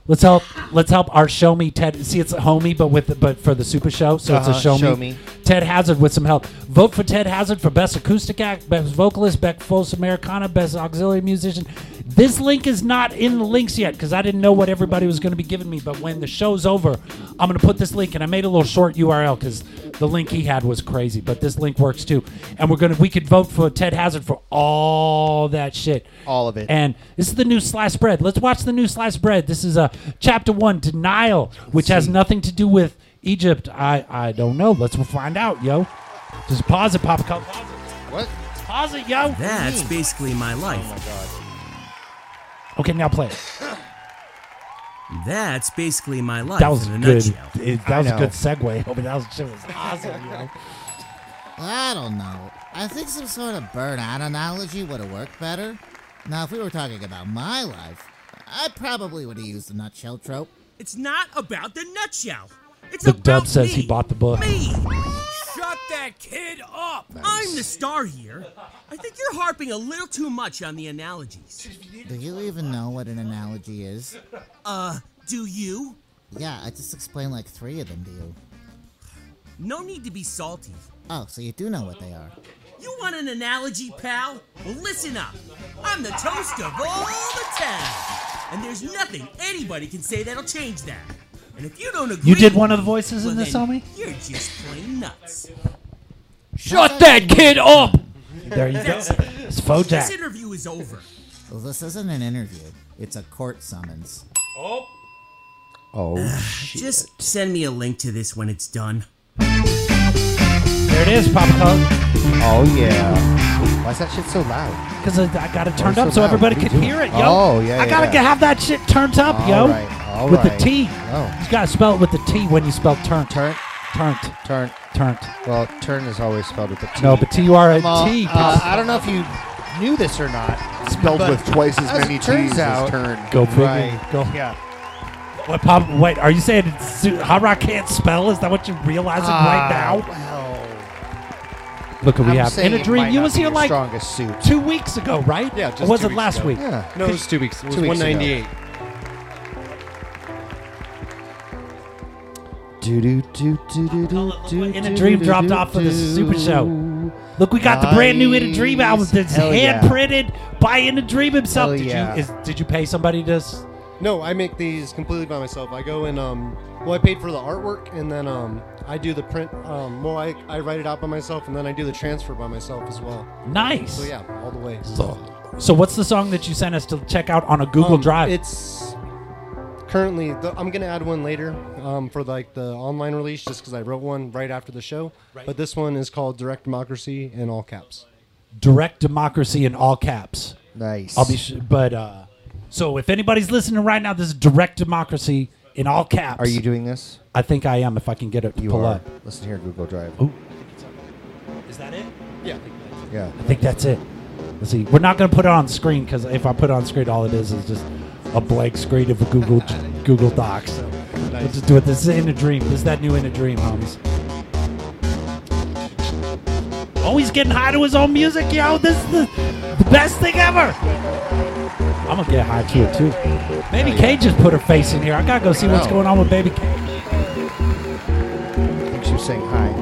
Let's help. Let's help our Show Me Ted. See, it's a homie, but with but for the Super Show, so it's
Uh-huh,
a Show,
Show
me.
Me.
Ted Hazard with some help. Vote for Ted Hazard for best acoustic act, best vocalist, best folks Americana, best auxiliary musician. This link is not in the links yet because I didn't know what everybody was going to be giving me. But when the show's over, I'm going to put this link, and I made a little short URL because the link he had was crazy. But this link works too, and we're gonna we could vote for Ted Hazard for all that shit,
all of it.
And this is the new sliced bread. Let's watch the new sliced bread. This is a uh, chapter one denial, which has nothing to do with Egypt. I I don't know. Let's find out, yo. Just pause it, Papa. Col- Pause it.
What?
Pause it, yo. Oh
That's
Mm.
basically my life.
Okay, now play it.
That's basically my life.
That was
in a
good.
nutshell.
It- that was a good segue. Homie, that was, shit was awesome, yo.
I don't know. I think some sort of burnout analogy would have worked better. Now, if we were talking about my life, I probably would have used the nutshell trope.
It's not about the nutshell. It's
The
about
dub says
me.
he bought the book.
Me. Shut that kid up. I'm the star here. I think you're harping a little too much on the analogies.
Do you even know what an analogy is?
Uh, do you?
Yeah, I just explained like three of them to you.
No need to be salty.
Oh, so you do know what they are.
You want an analogy, pal? Well, listen up. I'm the toast of all the town. And there's nothing anybody can say that'll change that. And if you don't agree,
You did one of the voices
well,
in this,
then
homie?
You're just plain nuts.
Shut that kid up! There you go.
That's it.
It's Bojack.
This interview is over.
Well, this isn't an interview, it's a court summons.
Oh.
Oh,
Just send me a link to this when it's done.
There it is, Papa. Col-
Oh yeah. Why is that shit so loud?
Because I, I got it turned
Why
up
is
so
loud?
everybody
What are
could
you
hear it,
doing?
yo.
Oh yeah.
I gotta
yeah.
get- have that shit turned up, yo.
All right, all
with
right.
the T.
Oh.
You gotta spell it with the T when you spell turn.
Turn.
Turn.
Turn.
Turn.
Well, turn is always spelled with a T.
No, but T U R N
Well,
T.
uh, I don't know if you knew this or not.
Spelled
but
with twice as many
it turns
T's as
out-
turn.
Go figure.
Right.
Go.
Yeah.
What, Pop? Wait, are you saying it's su- Hot Rock can't spell? Is that what you're realizing right
Ah,
now? Look, we
I'm
have
saying
in a
it
dream.
might
You
not
was
be
here
your
like
strongest suit.
two weeks ago, right?
Yeah,
or
just
was
two
it
weeks
last
ago.
week?
Yeah.
No,
it was two weeks. It was 198. Do, do, do, do, do, do, do,
In
do,
a Dream
do,
dropped
do,
off for the
do.
Super Show. Look, we got the brand new In a Dream album
Nice.
that's
Hell yeah.
hand printed by In a Dream himself.
Hell
did
yeah.
you is, did you pay somebody to? s-
No, I make these completely by myself. I go and um, well, I paid for the artwork, and then um, I do the print. Um, well, I, I write it out by myself, and then I do the transfer by myself as well.
Nice.
So yeah, all the way.
So, so what's the song that you sent us to check out on a Google
Um,
Drive?
It's currently. The, I'm gonna add one later um, for like the online release, just because I wrote one right after the show.
Right.
But this one is called Direct Democracy in all caps.
direct democracy in all caps.
Nice.
I'll be, sh- but uh, so if anybody's listening right now, this is direct democracy in all caps.
Are you doing this?
I think I am. If I can get it, to
You
pull
are.
up.
Listen here, Google Drive.
Ooh.
Is that it?
Yeah.
Yeah.
I think that's it. Let's see. We're not going to put it on screen because if I put it on screen, all it is is just a blank screen of a Google Google Docs. So we'll just do it. This is in a dream. This is that new in a dream, homies. Oh, he's getting high to his own music, yo. This is the, the best thing ever. I'm gonna get high to it too. Baby K just put her face in here. I gotta go see
Oh.
what's
No.
going on with Baby K.
I think she was saying hi.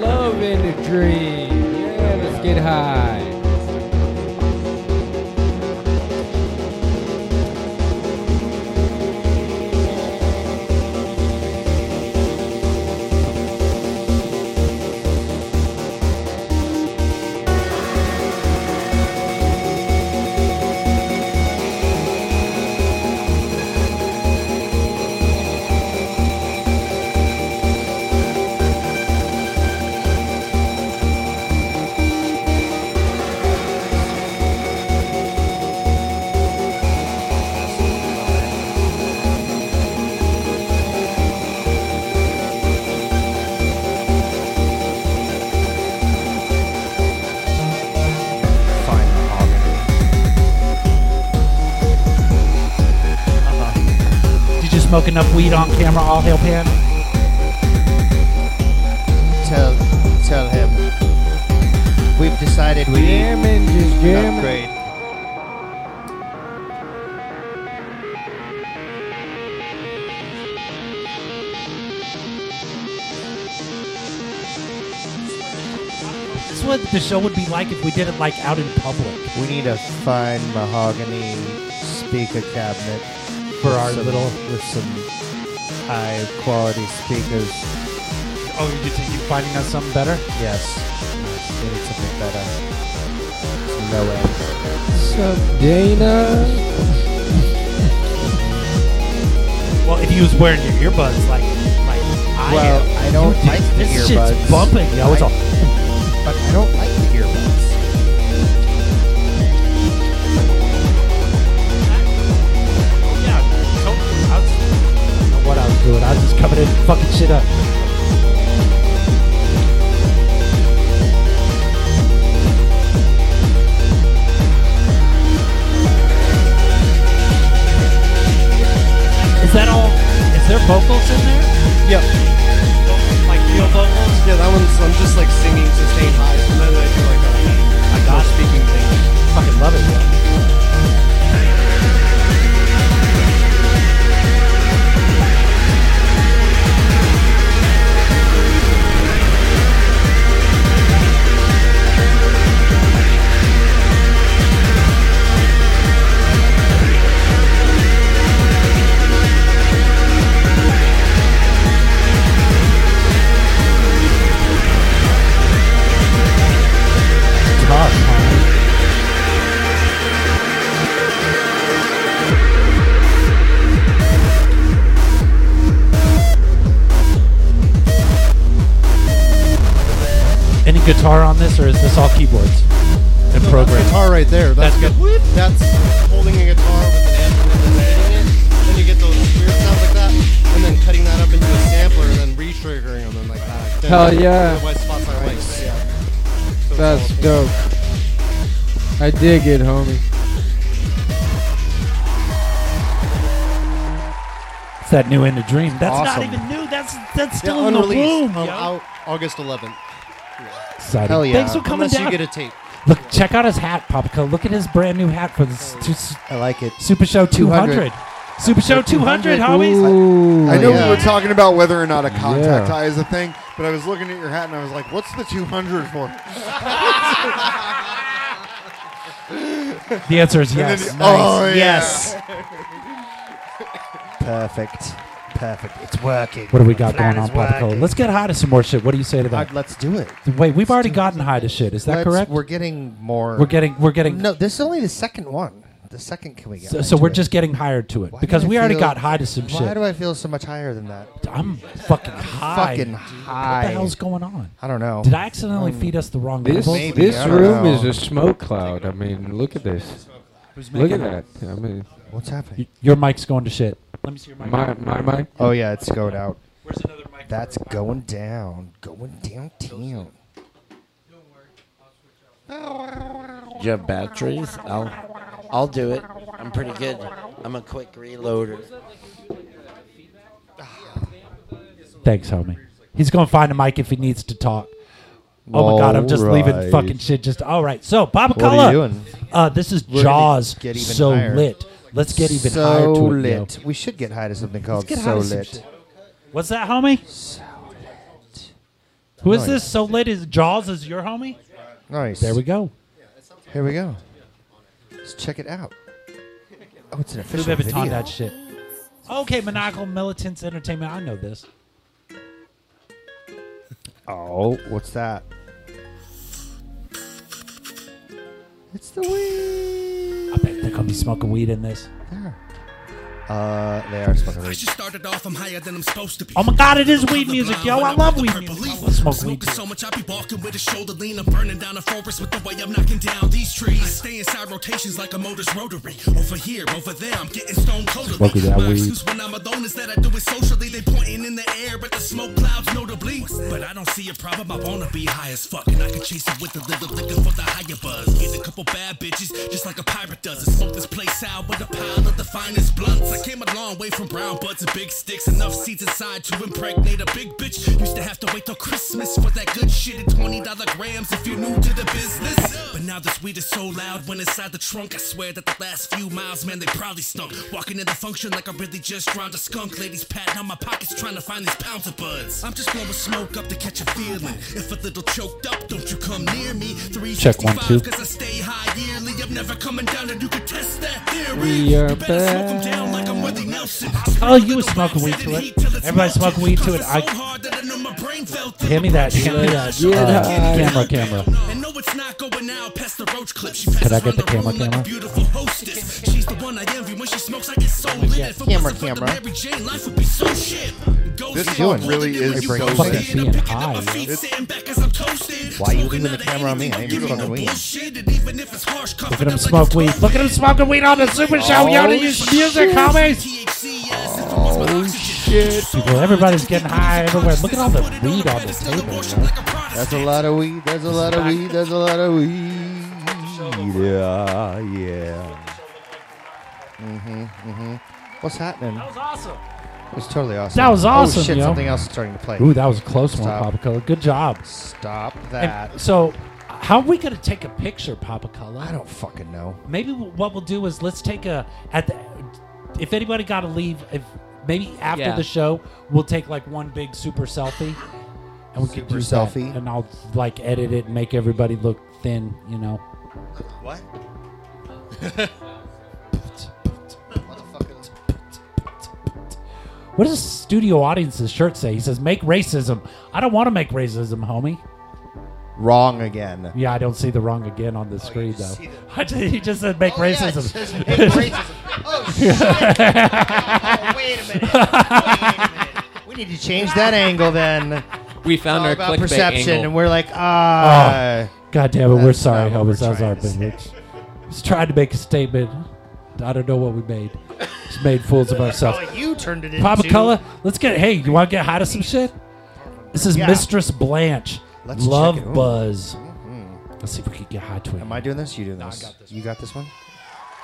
Love in a dream. Yeah, let's get high.
Uh-huh.
smoke enough weed on camera, I'll help him.
Tell, tell him. We've decided we
Jamming,
need
just
an
jamming.
upgrade.
That's what the show would be like if we did it like out in public.
We need a fine mahogany speaker cabinet
For our
with some-
little-
with some high quality speakers.
Oh, you you finding us something better?
Yes, we need something better. There's no way.
Sup, Dana?
Well, if you was wearing your earbuds, like, like I
Well,
am,
I don't
you did-
like the
this shit's
earbuds.
bumping. Yo, it's
I-
all.
But I don't like the earbuds.
Yeah, I was, I don't know what I was doing. I was just coming in and fucking shit up. Is that all? Is there vocals in there?
Yep.
Like real vocals?
Yeah, that one's. I'm just like singing sustained highs, and then I do like a
I got
speaking thing.
Fucking love it. Tough, huh? Any guitar on this, or is this all keyboards and
No, that's
programming?
guitar right there. That's,
That's
good. That's holding a guitar with an amp and then editing it. Then you get those weird sounds like that, and then cutting that up into a sampler and then re-triggering them and like that. Then
Hell
the
yeah.
white spots I like. but Yeah. So it's
That's
all-
dope. I dig it, homie.
It's that new end of dream. That's
Awesome.
not even new. That's that's still
yeah,
in the
unreleased,
womb.
Um,
yo.
out August 11th.
Exciting.
Hell yeah.
Thanks for coming
Unless you
down.
get a tape.
Look, check out his hat, Popico. Look at his brand new hat for this.
I like it.
Super Show 200.
200.
Super Show 200, homies.
I know
yeah.
we were talking about whether or not a contact
Yeah.
tie is a thing, but I was looking at your hat and I was like, "What's the 200 for?"
The answer is
And then
yes.
you- Oh, yeah.
Yes. Perfect. Perfect. It's working.
What do we got
Plan
going
is
on, Popico?
working.
Let's get high to some more shit. What do you say to that?
Uh, let's do it.
Wait, we've already gotten high to shit. Is that
Let's-
correct?
We're getting more.
We're getting- we're getting-
No, this is only the second one. The second can we get?
So,
right
so
to
we're
it?
just getting hired to it
Why do
because
I
we already
feel-
got high to some
why
shit.
do I feel so much higher than that?
I'm fucking high.
Fucking
dude.
high.
What the hell's going on?
I don't know. Um, Mm.
Did I accidentally feed us the wrong
This
labels?
this room is a smoke cloud. I mean, look at this. Look at that. I mean,
What's happening?
Y- Your mic's going to shit. Let me see your mic.
my my mic.
Oh yeah, it's going out. Where's another mic? That's going down. Going downtown.
Do you have batteries? I'll, I'll do it. I'm pretty good. I'm a quick reloader.
Thanks, homie. He's going to find a mic if he needs to talk. Oh my god, I'm just leaving
Alright.
fucking shit. Just all right. So, Papa
What are you
Cola,
doing?
Uh, this is
We're gonna
Jaws.
get even
so
higher.
lit. Let's get even
so
higher to it, yo.
lit. We should get high to something called
get high
so
to some
lit.
shit. What's that, homie? So lit. Who is
Nice.
this? So lit is Jaws is your homie?
Nice.
There we go.
Here we go. Let's check it out. Oh, it's an
Who
official
ever
video.
taught that shit? Okay, Maniacal Militants Entertainment. I know this.
Oh, what's that? It's the weed.
I bet they're gonna be smoking weed in this.
Uh, they are smoking
I
weed.
just started off, I'm higher than I'm supposed to be.
Oh my god, it is weed music, yo. I love weed music. I love smoke weed.
Smoking so much, I be walking with a shoulder lean. I'm burning down a forest with the way I'm knocking down these trees. I stay inside rotations like a motor's rotary. Over here, over there, I'm getting stone cold.
Smoking that
My
weed.
excuse when I'm alone is that I do it socially. They pointing in the air, but the smoke clouds notably. But I don't see a problem. I wanna be high as fuck, and I can chase it with a little liquor for the higher buzz. Get a couple bad bitches, just like a pirate does. And smoke this place out with a pile of the finest blunts.
I came a long way from brown buds and big sticks. Enough seeds inside to impregnate a big bitch. Used to have to wait till Christmas for that good shit at $20 grams if you're new to the business. But now this weed is so loud when inside the trunk. I swear that the last few miles, man, they probably stunk. Walking in the function like I really just drowned a skunk. Ladies patting on my pockets trying to find these pounds of buds. I'm just blowing smoke up to catch a feeling. If a little choked up, don't you come near me.
Check one, two.
365 cause I stay high yearly. I'm never coming down and you can test that theory.
We are back. Oh, you was smoking weed to it. Everybody smoking weed to it. I hand me that. Hand me that.
Yeah,
uh,
yeah.
camera, camera. Could I get the camera, camera?
Camera, camera.
This
She's
song
doing
really
it.
is
Every
so
fucking
sad.
being high.
It's-
Why are you leaving the camera on me? I ain't fucking weed.
Look at him smoke weed. Look at him smoking weed on the Super Show. Yo, to
Oh,
use music, homies.
Oh shit!
People, everybody's getting high everywhere. Look at all the weed on this table. man.
That's a lot of weed. That's a lot of weed. That's a lot of weed. Yeah, yeah. Mhm, mhm. What's happening? That was
awesome.
It was totally awesome.
That was awesome.
Oh shit!
yo.
Something else is starting to play.
Ooh, that was a close
Stop.
one, Papa Color. Good job.
Stop
And
that.
so, how are we going to take a picture, Papa Color? I
don't fucking know.
Maybe w- what we'll do is let's take a at the if anybody got to leave, if maybe after
Yeah.
the show we'll take like one big super selfie, and we can
Super
do
selfie?
that, and I'll like edit it and make everybody look thin, you know.
What?
What does studio audience's shirt say? He says, "Make racism." I don't want to make racism, homie.
Wrong again.
Yeah, I don't see the wrong again on the screen though.
Oh, see the-
I ju- he just said make
Oh, yeah, it
racism.
says make racism. Oh, shit. Oh, wait a minute. Wait a minute. We need to change that angle then.
We found
All
our
about
clickbait
perception,
angle.
and we're like, ah.
Oh, God damn it, we're
That's
sorry,
not what
Hobus.
we're
That was
trying
our
to
privilege. Just tried to make a statement. I don't know what we made. Just made fools of ourselves.
That's all you turned it
Papa
into.
Color, let's get. Hey, you want to get high to some shit? This is
Yeah.
Mistress Blanche.
Let's
Love
check it. Ooh. Hmm.
Buzz. Let's see if we can get high to it.
Am I doing this? You doing this? You got this one?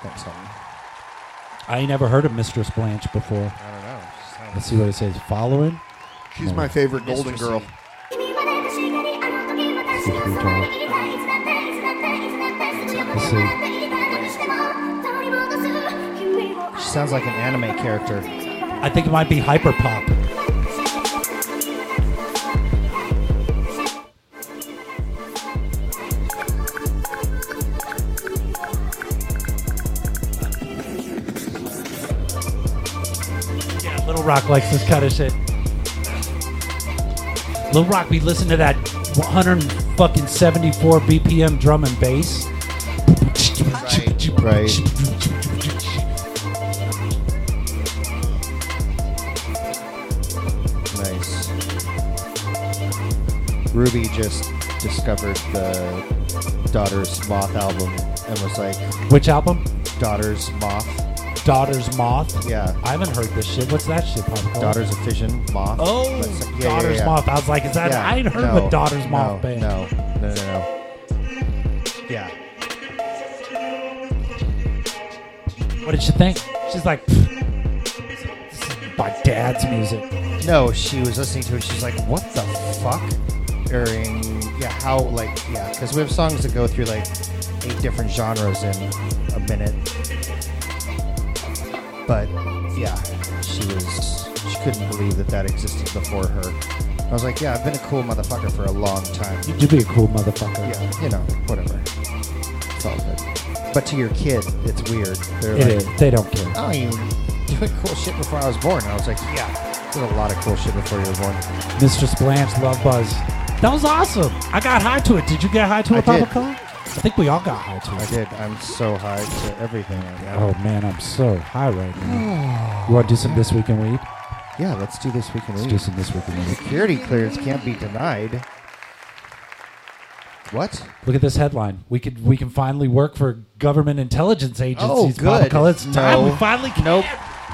Thanks, homie.
I ain't never heard of Mistress Blanche before. I
don't know.
Let's see what it says. Following.
She's
Oh.
my favorite golden girl.
Let's see.
She sounds like an anime character.
I think it might be hyper pop. Yeah, Little Rock likes this kind of shit. Little Rock be listening to that 174 BPM drum and bass.
Nice. Ruby just discovered the Daughter's Moth album and was like,
Which album?
Daughter's Moth.
Daughter's Moth?
Yeah.
I haven't heard this shit. What's that shit, Papa? Color?
Daughters of Fission Moth.
Oh,
That's-
Daughters Moth. I was like, is that- I ain't heard of a Daughters Moth
no,
band.
No, no, no, no. Yeah.
What did she think? She's like, "Pfft, this is my dad's music.
No, she was listening to it. She's like, "What the fuck?" During yeah, how like yeah, because we have songs that go through like eight different genres in a minute. But yeah, she was she couldn't believe that that existed before her. I was like, "Yeah, I've been a cool motherfucker for a long time."
You be a cool motherfucker.
Yeah, you know, whatever. It's all good. But to your kid, it's weird. They're
It
like,
is. They don't care.
Oh, you doing cool shit before I was born. I was like, yeah, did a lot of cool shit before you were born.
Mistress Blanche, Love Buzz. That was awesome. I got high to it. Did you get high to
I
it, Papa
did.
Color? I think we all got high to
I
it.
did. I'm so high to everything right now.
Oh man, I'm so high right now. you want to do some this week in weed?
Yeah, let's do this week in
Let's
weed.
do some this week in weed.
Security clearance can't be denied. What?
Look at this headline. We could we can finally work for government intelligence agencies.
Oh,
Papa
good.
Color. It's time we
No.
finally can.
Nope.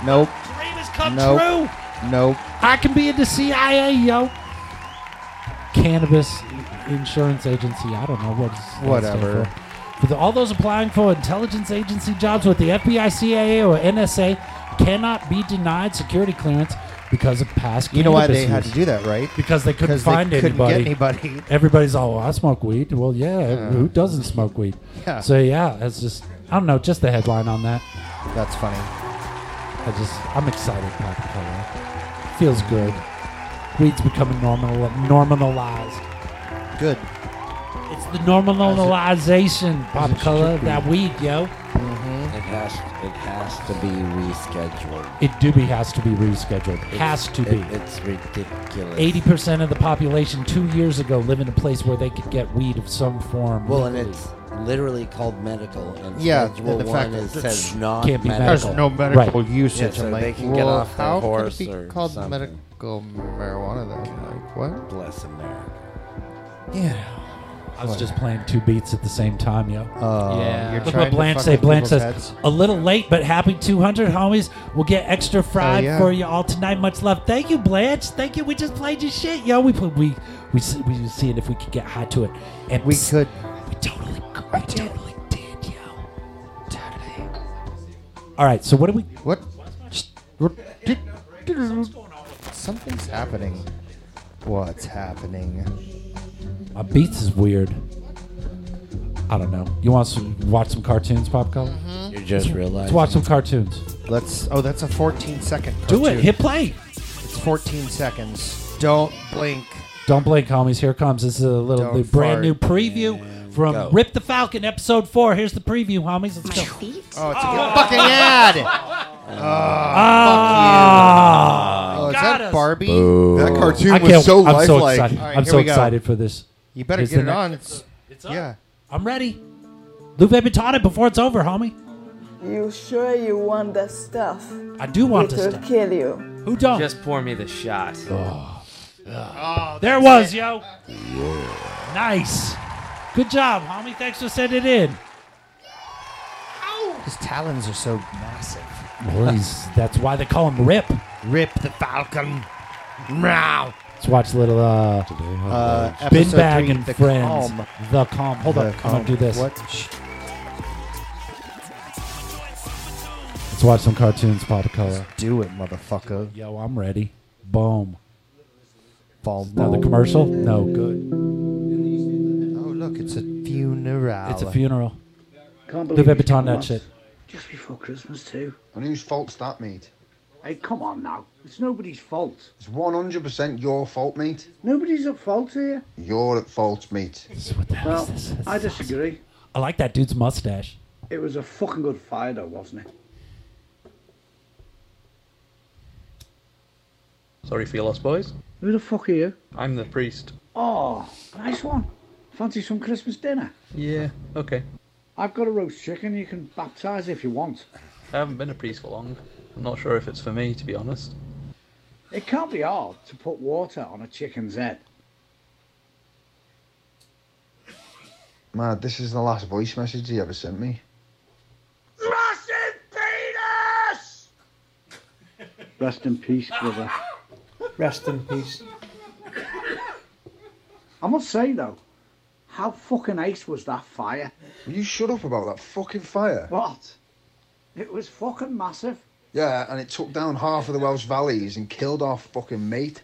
Nope.
Dream has come
nope.
true.
Nope.
I can be in the CIA, yo. Cannabis Insurance Agency. I don't know what. it's- what it's
Whatever.
for. For the- all those applying for intelligence agency jobs with the FBI, CIA, or NSA, cannot be denied security clearance because of past.
You know why they
cannabis
had to
use.
do that, right?
Because they couldn't
'Cause they
find
couldn't get
anybody.
anybody.
Everybody's all, "Well, I smoke weed. Well, yeah,
Yeah.
Who doesn't smoke weed?
Yeah.
So yeah, that's just. I don't know. Just the headline on that.
That's funny.
I just. I'm excited about the color. Feels good. Weed's becoming normal, normalized.
Good.
It's the normalization pop color of that weed, yo.
It has it has to be rescheduled.
It do be has to be rescheduled. has to be.
It- it's ridiculous.
Eighty percent of the population two years ago live in a place where they could get weed of some form.
Well, and
legally.
it's literally called medical, and
Yeah,
Schedule
and the
One
fact
is,
that
says
it's-
not
can't be
medical.
medical. There's no medical Right.
use.
usage.
Yeah,
I'm
so they
like,
can get
well,
off their
how could it
horse
be
or
called
something.
medical marijuana though. Like what?
Bless America.
Yeah. I was just playing two beats at the same time, yo.
Oh, Yeah. you're
Look
trying
what
to
Blanche
fuck
say.
with
Blanche
people's
says,
heads.
a little late, but happy 200, homies. We'll get extra fried
yeah.
for you all tonight. Much love. Thank you, Blanche. Thank you. We just played your shit, yo. We put, we we s- we was seeing if we could get high to it, and we
could.
We totally, we totally did, yo. Totally. All right. So what do we?
What? Something's happening. What's happening?
My beats is weird. I don't know. You want to watch some cartoons, Pop Color?
Mm-hmm. You just
Let's
realized.
watch some cartoons.
Let's. Oh, that's a 14 second.
Do it.
cartoon.
Hit play.
It's 14 seconds. Don't blink.
Don't blink, homies. Here it comes. This is a little
Don't
new, brand
fart.
new preview from
go.
Rip the Falcon, episode four. Here's the preview, homies. Let's go.
Oh, it's a good fucking ad.
Ah.
fuck you. Oh, is
Got
that
us.
Barbie?
That cartoon
Ah. I
was
can't-
so
I'm so
lifelike.
excited.
All right,
I'm
here
so
we go.
excited for this.
You better
Here's
get
the
it
next-
on. It's, yeah.
I'm ready. Lupe Baton it before it's over, homie.
You sure you want that stuff?
I do want
it
this
will
stuff.
kill you.
Who don't?
Just pour me the shot.
there it was, yo. Nice. Good job, homie. Thanks for sending it in.
His talons are so massive.
Well, he's- that's why they call him Rip.
Rip the Falcon.
Meow. Let's watch little uh,
Uh,
Bin
episode
Bag
three,
and
The
Friends.
Calm.
The Uh, Calm. Hold
The
up. I'm
Calm.
going to do this.
What?
Let's watch some cartoons, Papa Color.
Do it, motherfucker.
Yo, I'm ready. Boom.
Boom.
Another commercial? No, good.
Oh, look, it's a funeral.
It's a funeral. Lupe
Can't believe it's
Baton
come
that
up.
shit.
Just before Christmas, too.
And whose fault's that, mate?
Hey, come on now. It's nobody's fault.
It's 100% your fault, mate.
Nobody's at fault here.
You're at fault, mate.
Well, I disagree.
I like that dude's mustache.
It was a fucking good fire, though, wasn't it?
Sorry for your loss, boys.
Who the fuck are you?
I'm the priest.
Oh, nice one. Fancy some Christmas dinner?
Yeah, okay.
I've got a roast chicken. You can baptise if you want.
I haven't been a priest for long. I'm not sure if it's for me, to be honest.
It can't be hard to put water on a chicken's head.
Mad, this is the last voice message he ever sent me.
Massive penis! Rest in peace, brother. Rest in peace. I must say, though, how fucking ace was that fire?
Will you shut up about that fucking fire?
What? It was fucking massive.
Yeah, and it took down half of the Welsh valleys and killed our fucking mate.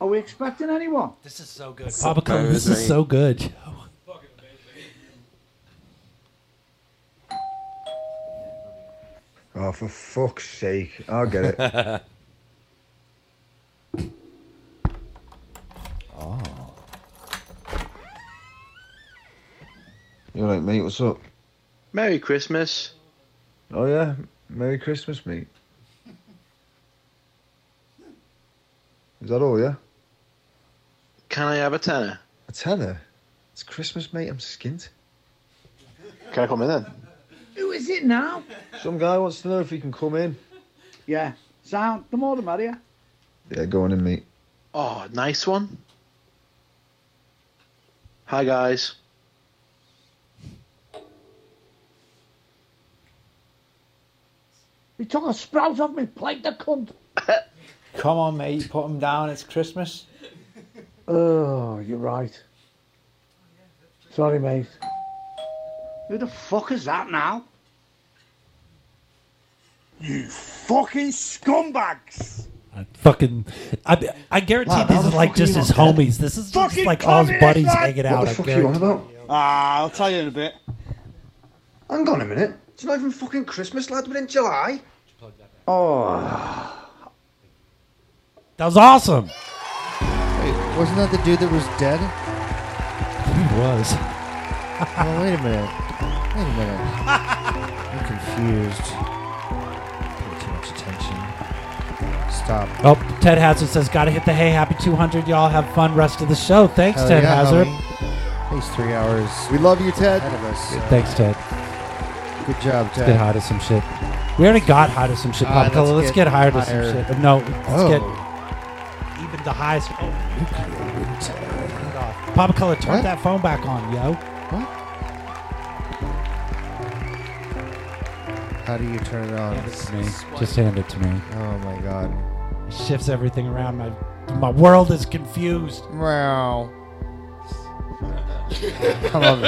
Are we expecting anyone?
This is so good. Papa Color, this is so good.
Oh, for fuck's sake. I'll get it. oh. You're like, mate, what's up?
Merry Christmas.
Oh, yeah. Merry Christmas, mate. Is that all, yeah?
Can I have a tenner?
A tenner? It's Christmas, mate. I'm skint.
Can I come in then?
Who is it now?
Some guy wants to know if he can come in.
Yeah, sound. The more the merrier.
Yeah, go on in, mate.
Oh, nice one. Hi, guys.
He took a sprout off me plate, the cunt.
Come on, mate, put them down. It's Christmas.
Oh, you're right. Sorry, mate. Who the fuck is that now? You fucking scumbags!
Fucking, I, I guarantee
Wow, how
these
the
are like
fuck are you
just his
not dead?
homies. This is just
Fucking
like all his
communist,
buddies
man!
hanging
What
out.
the
I
fuck are you on
guarantee.
about? Ah, I'll tell you in a bit.
Hang on a minute. It's not even fucking Christmas, lad. We're in July.
Oh, that was awesome.
Wait, wasn't that the dude that was dead?
He was.
oh, wait a minute. Wait a minute. I'm confused. Pay too much attention. Stop.
Oh, Ted Hazard says, "Gotta hit the hey, happy 200, y'all. Have fun rest of the show." Thanks,
Hell
Ted
yeah,
Hazard.
homie. These three hours.
We love you, Ted.
Ahead of us. so-
Thanks, Ted.
Good job,
Let's get
Ted.
high to some shit. We already got high to some shit,
Ah,
Pop
let's
Color. Let's,
get
get, higher to some
higher.
shit. Uh, No, let's
Oh.
get even the Oh, highest. Oh. Papa Color, turn
What?
that phone back on, yo.
How do you turn it on?
It's me. Just hand it to me.
Oh my god.
It shifts everything around. My my world is confused.
Wow. I love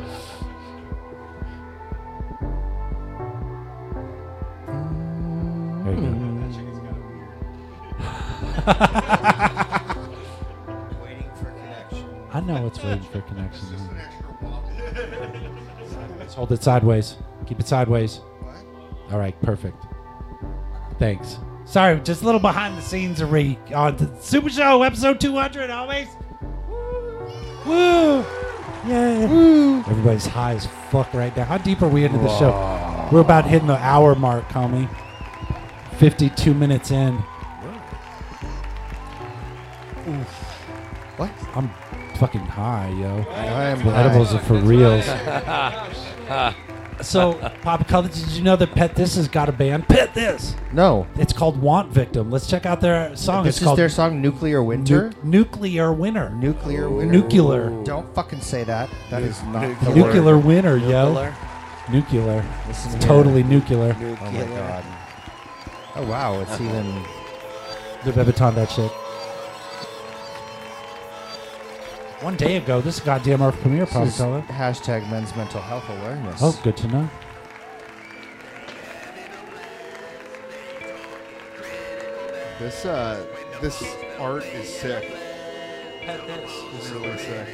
it.
There you go.
Waiting for connection.
I know it's waiting for connection. Let's hold it sideways. Keep it sideways. All right, perfect. Thanks. Sorry, just a little behind the scenes re on the Super Show episode 200. Always. Woo! Yeah. Everybody's high as fuck right now. How deep are we into the show? We're about hitting the hour mark, homie. 52 minutes in.
What?
I'm fucking high, yo.
I am
the
high.
edibles are for
That's
reals.
right.
so, Papa Color, did you know that Pet This has got a band? Pet This!
No.
It's called Want Victim. Let's check out their song.
This
it's
is
called
their song Nuclear Winter?
Nuclear Winter.
Nuclear Winter.
Nuclear.
Don't fucking say that. That is not the word.
Nuclear Winter, yo. Nuclear.
This is
It's totally
weird.
nuclear. Uh-huh.
Oh my god. Oh wow, it's even
The Bebaton that shit. One day ago, this is goddamn our premiere,
this
Papa
is
Color.
hashtag men's mental health awareness.
Oh, good to know.
This uh, this art is sick. This is really sick.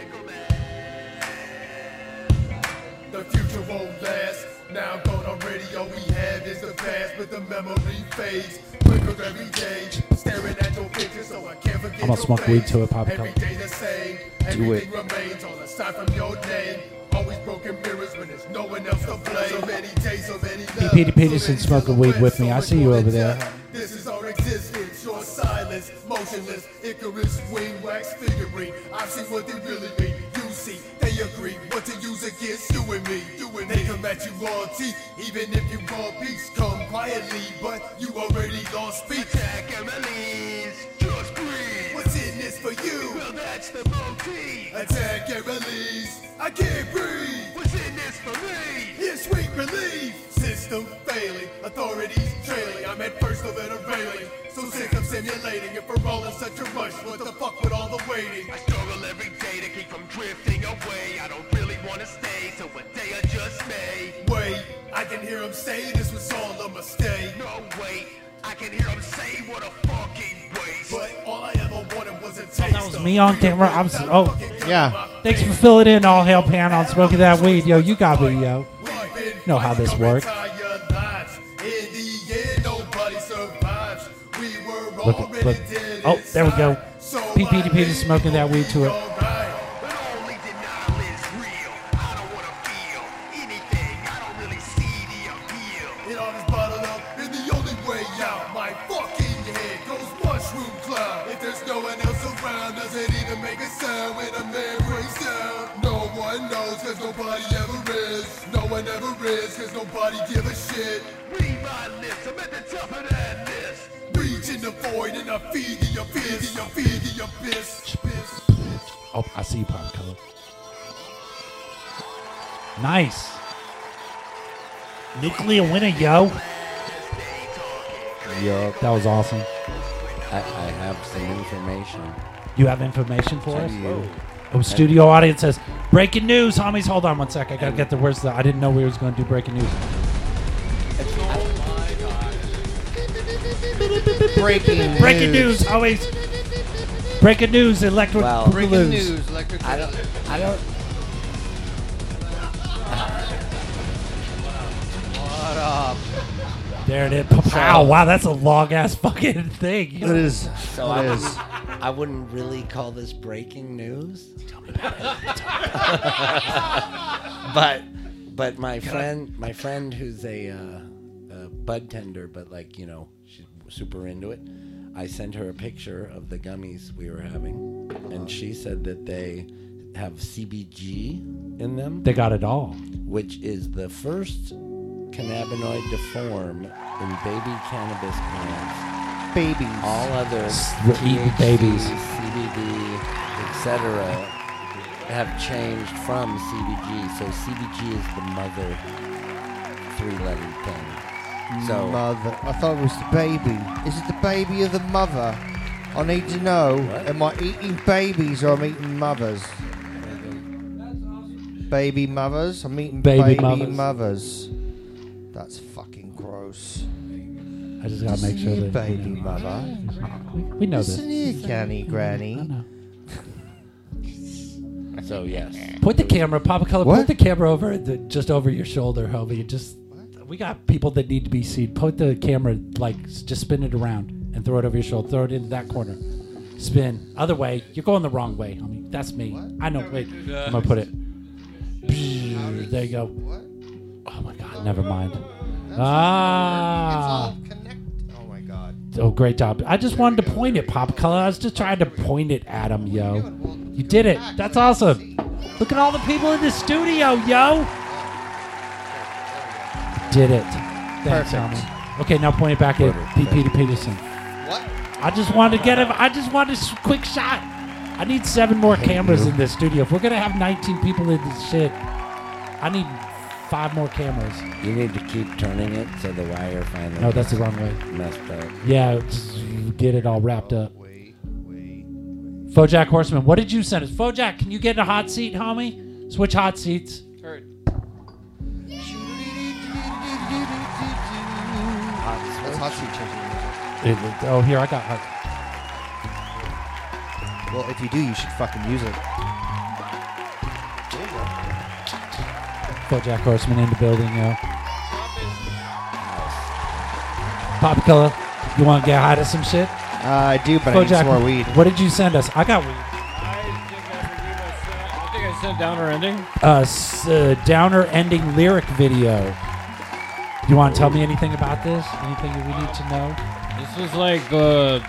The future won't last. Now I'm on already. All we have is the past, but the memory fades quicker every day. Staring at your picture, so I can't forget.
I'm gonna
your
smoke weed
face.
to it, Papa
Every
Color.
day the same.
Do it.
Everything remains all aside from your name. Always broken mirrors when there's no one else to blame. So many days, so many
P. Petey Peterson smoking weed with me. I see you over there.
this is our existence, your silence, motionless, Icarus wing wax figurine. I see what they really mean. You see, they agree what to use against you and me. You and they come at you all teeth, even if you want peace, come quietly. But you already lost speech. Attack and release, just breathe. What's in this for you? Well, that's the motif. Attack and release, I can't breathe. What's in this for me? Here's sweet relief. System failing, authorities trailing. I'm at first of an railing. So sick of simulating if we're all in such a rush. What the fuck with all the waiting? I struggle every day to keep from drifting away. I don't really wanna stay, so one day I just may. Wait, I can hear him say this was all a mistake. No wait, I can hear him say what a fucking waste. But all I ever wanted was a taste.
It's me on camera. I'm. s- Oh.
Yeah.
Thanks for filling in, all hail pan on smoking that weed. Yo, you got me, yo. Know how this works.
In the end, nobody survives. We were
Look,
already
look.
dead.
Oh, there we go.
So
P. Petey Peterson smoking that weed to it.
It all is bottled up, and the only way out, my fucking head goes mushroom cloud. If there's no one else around, does it even make a sound when a man breaks down? No one knows, cause nobody ever is. No one ever is, cause nobody give a shit. Read my lips, I'm at the top of that list. Reach in the void and I feed the abyss, the abyss, the abyss.
Oh, I see you, Pop Color. Nice. Nuclear winner, yo.
Yo,
That was awesome.
I, I have some information.
You have information for
To
us?
you.
Oh, studio audience says breaking news, homies. Hold on one sec. I gotta get the words. I didn't know we was gonna do breaking news.
Breaking news.
Breaking news, always. Breaking news, electric
Well,
Boogaloo's.
electric.
I don't. I don't.
What up?
There it is. Pow! Wow, that's a long ass fucking thing.
That is-
So I, wouldn't- I wouldn't really call this breaking news. but but my friend my friend who's a, uh, a bud tender but like you know she's super into it. I sent her a picture of the gummies we were having, and she said that they have CBG in them.
They got it all.
Which is the first cannabinoid to form in baby cannabis plants.
Babies.
All others,
We're eating
THC,
babies.
CBD, etc., have changed from CBG. So CBG is the mother three-letter thing. So
mother. I thought it was the baby. Is it the baby or the mother? I need to know. Am I eating babies or I'm eating mothers? Baby mothers. I'm eating
Baby
baby,
mothers.
mothers. That's fucking gross.
I just gotta make sure
Listen here,
that, you
baby mother.
We, we know
Listen
this.
here, granny, granny.
so yes.
Point the camera, Papa Color.
What?
Point the camera over the, just over your shoulder, homie. Just we got people that need to be seen. Point the camera, like s- just spin it around and throw it over your shoulder. Throw it into that corner. Spin other way. You're going the wrong way, homie. That's me. I know. Wait, I'm gonna put it. There you go. Oh my God! Never mind. Ah.
Oh my god.
Oh, great job. I just wanted to point it, Pop Color. I was just trying to point it at him, yo. You did it. That's awesome. Look at all the people in the studio, yo. Did it. Thanks,
Perfect.
homie. Okay, now point it back at P. Peter Peterson.
What?
I just wanted to get him. I just wanted a s- quick shot. I need seven more cameras in this studio. If we're going to have 19 people in this shit, I need five more cameras.
You need to keep turning it so the wire finally.
No, that's the wrong way.
Messed up.
Yeah, just get it all wrapped up.
Oh,
Fojack Horseman, what did you send us? Fojack, can you get in a hot seat, homie? Switch hot seats.
That's hot seat changing.
oh, here, I got hot.
Well, if you do, you should fucking use it.
Fojack Horseman in the building, yo. Pop Color, you want to get hot at some shit?
Uh, I do, but I need some more weed.
What did you send us? I got weed.
I think I said downer ending.
Uh, s- uh, downer ending lyric video. You want to tell me anything about this? Anything that we need to know?
This was like the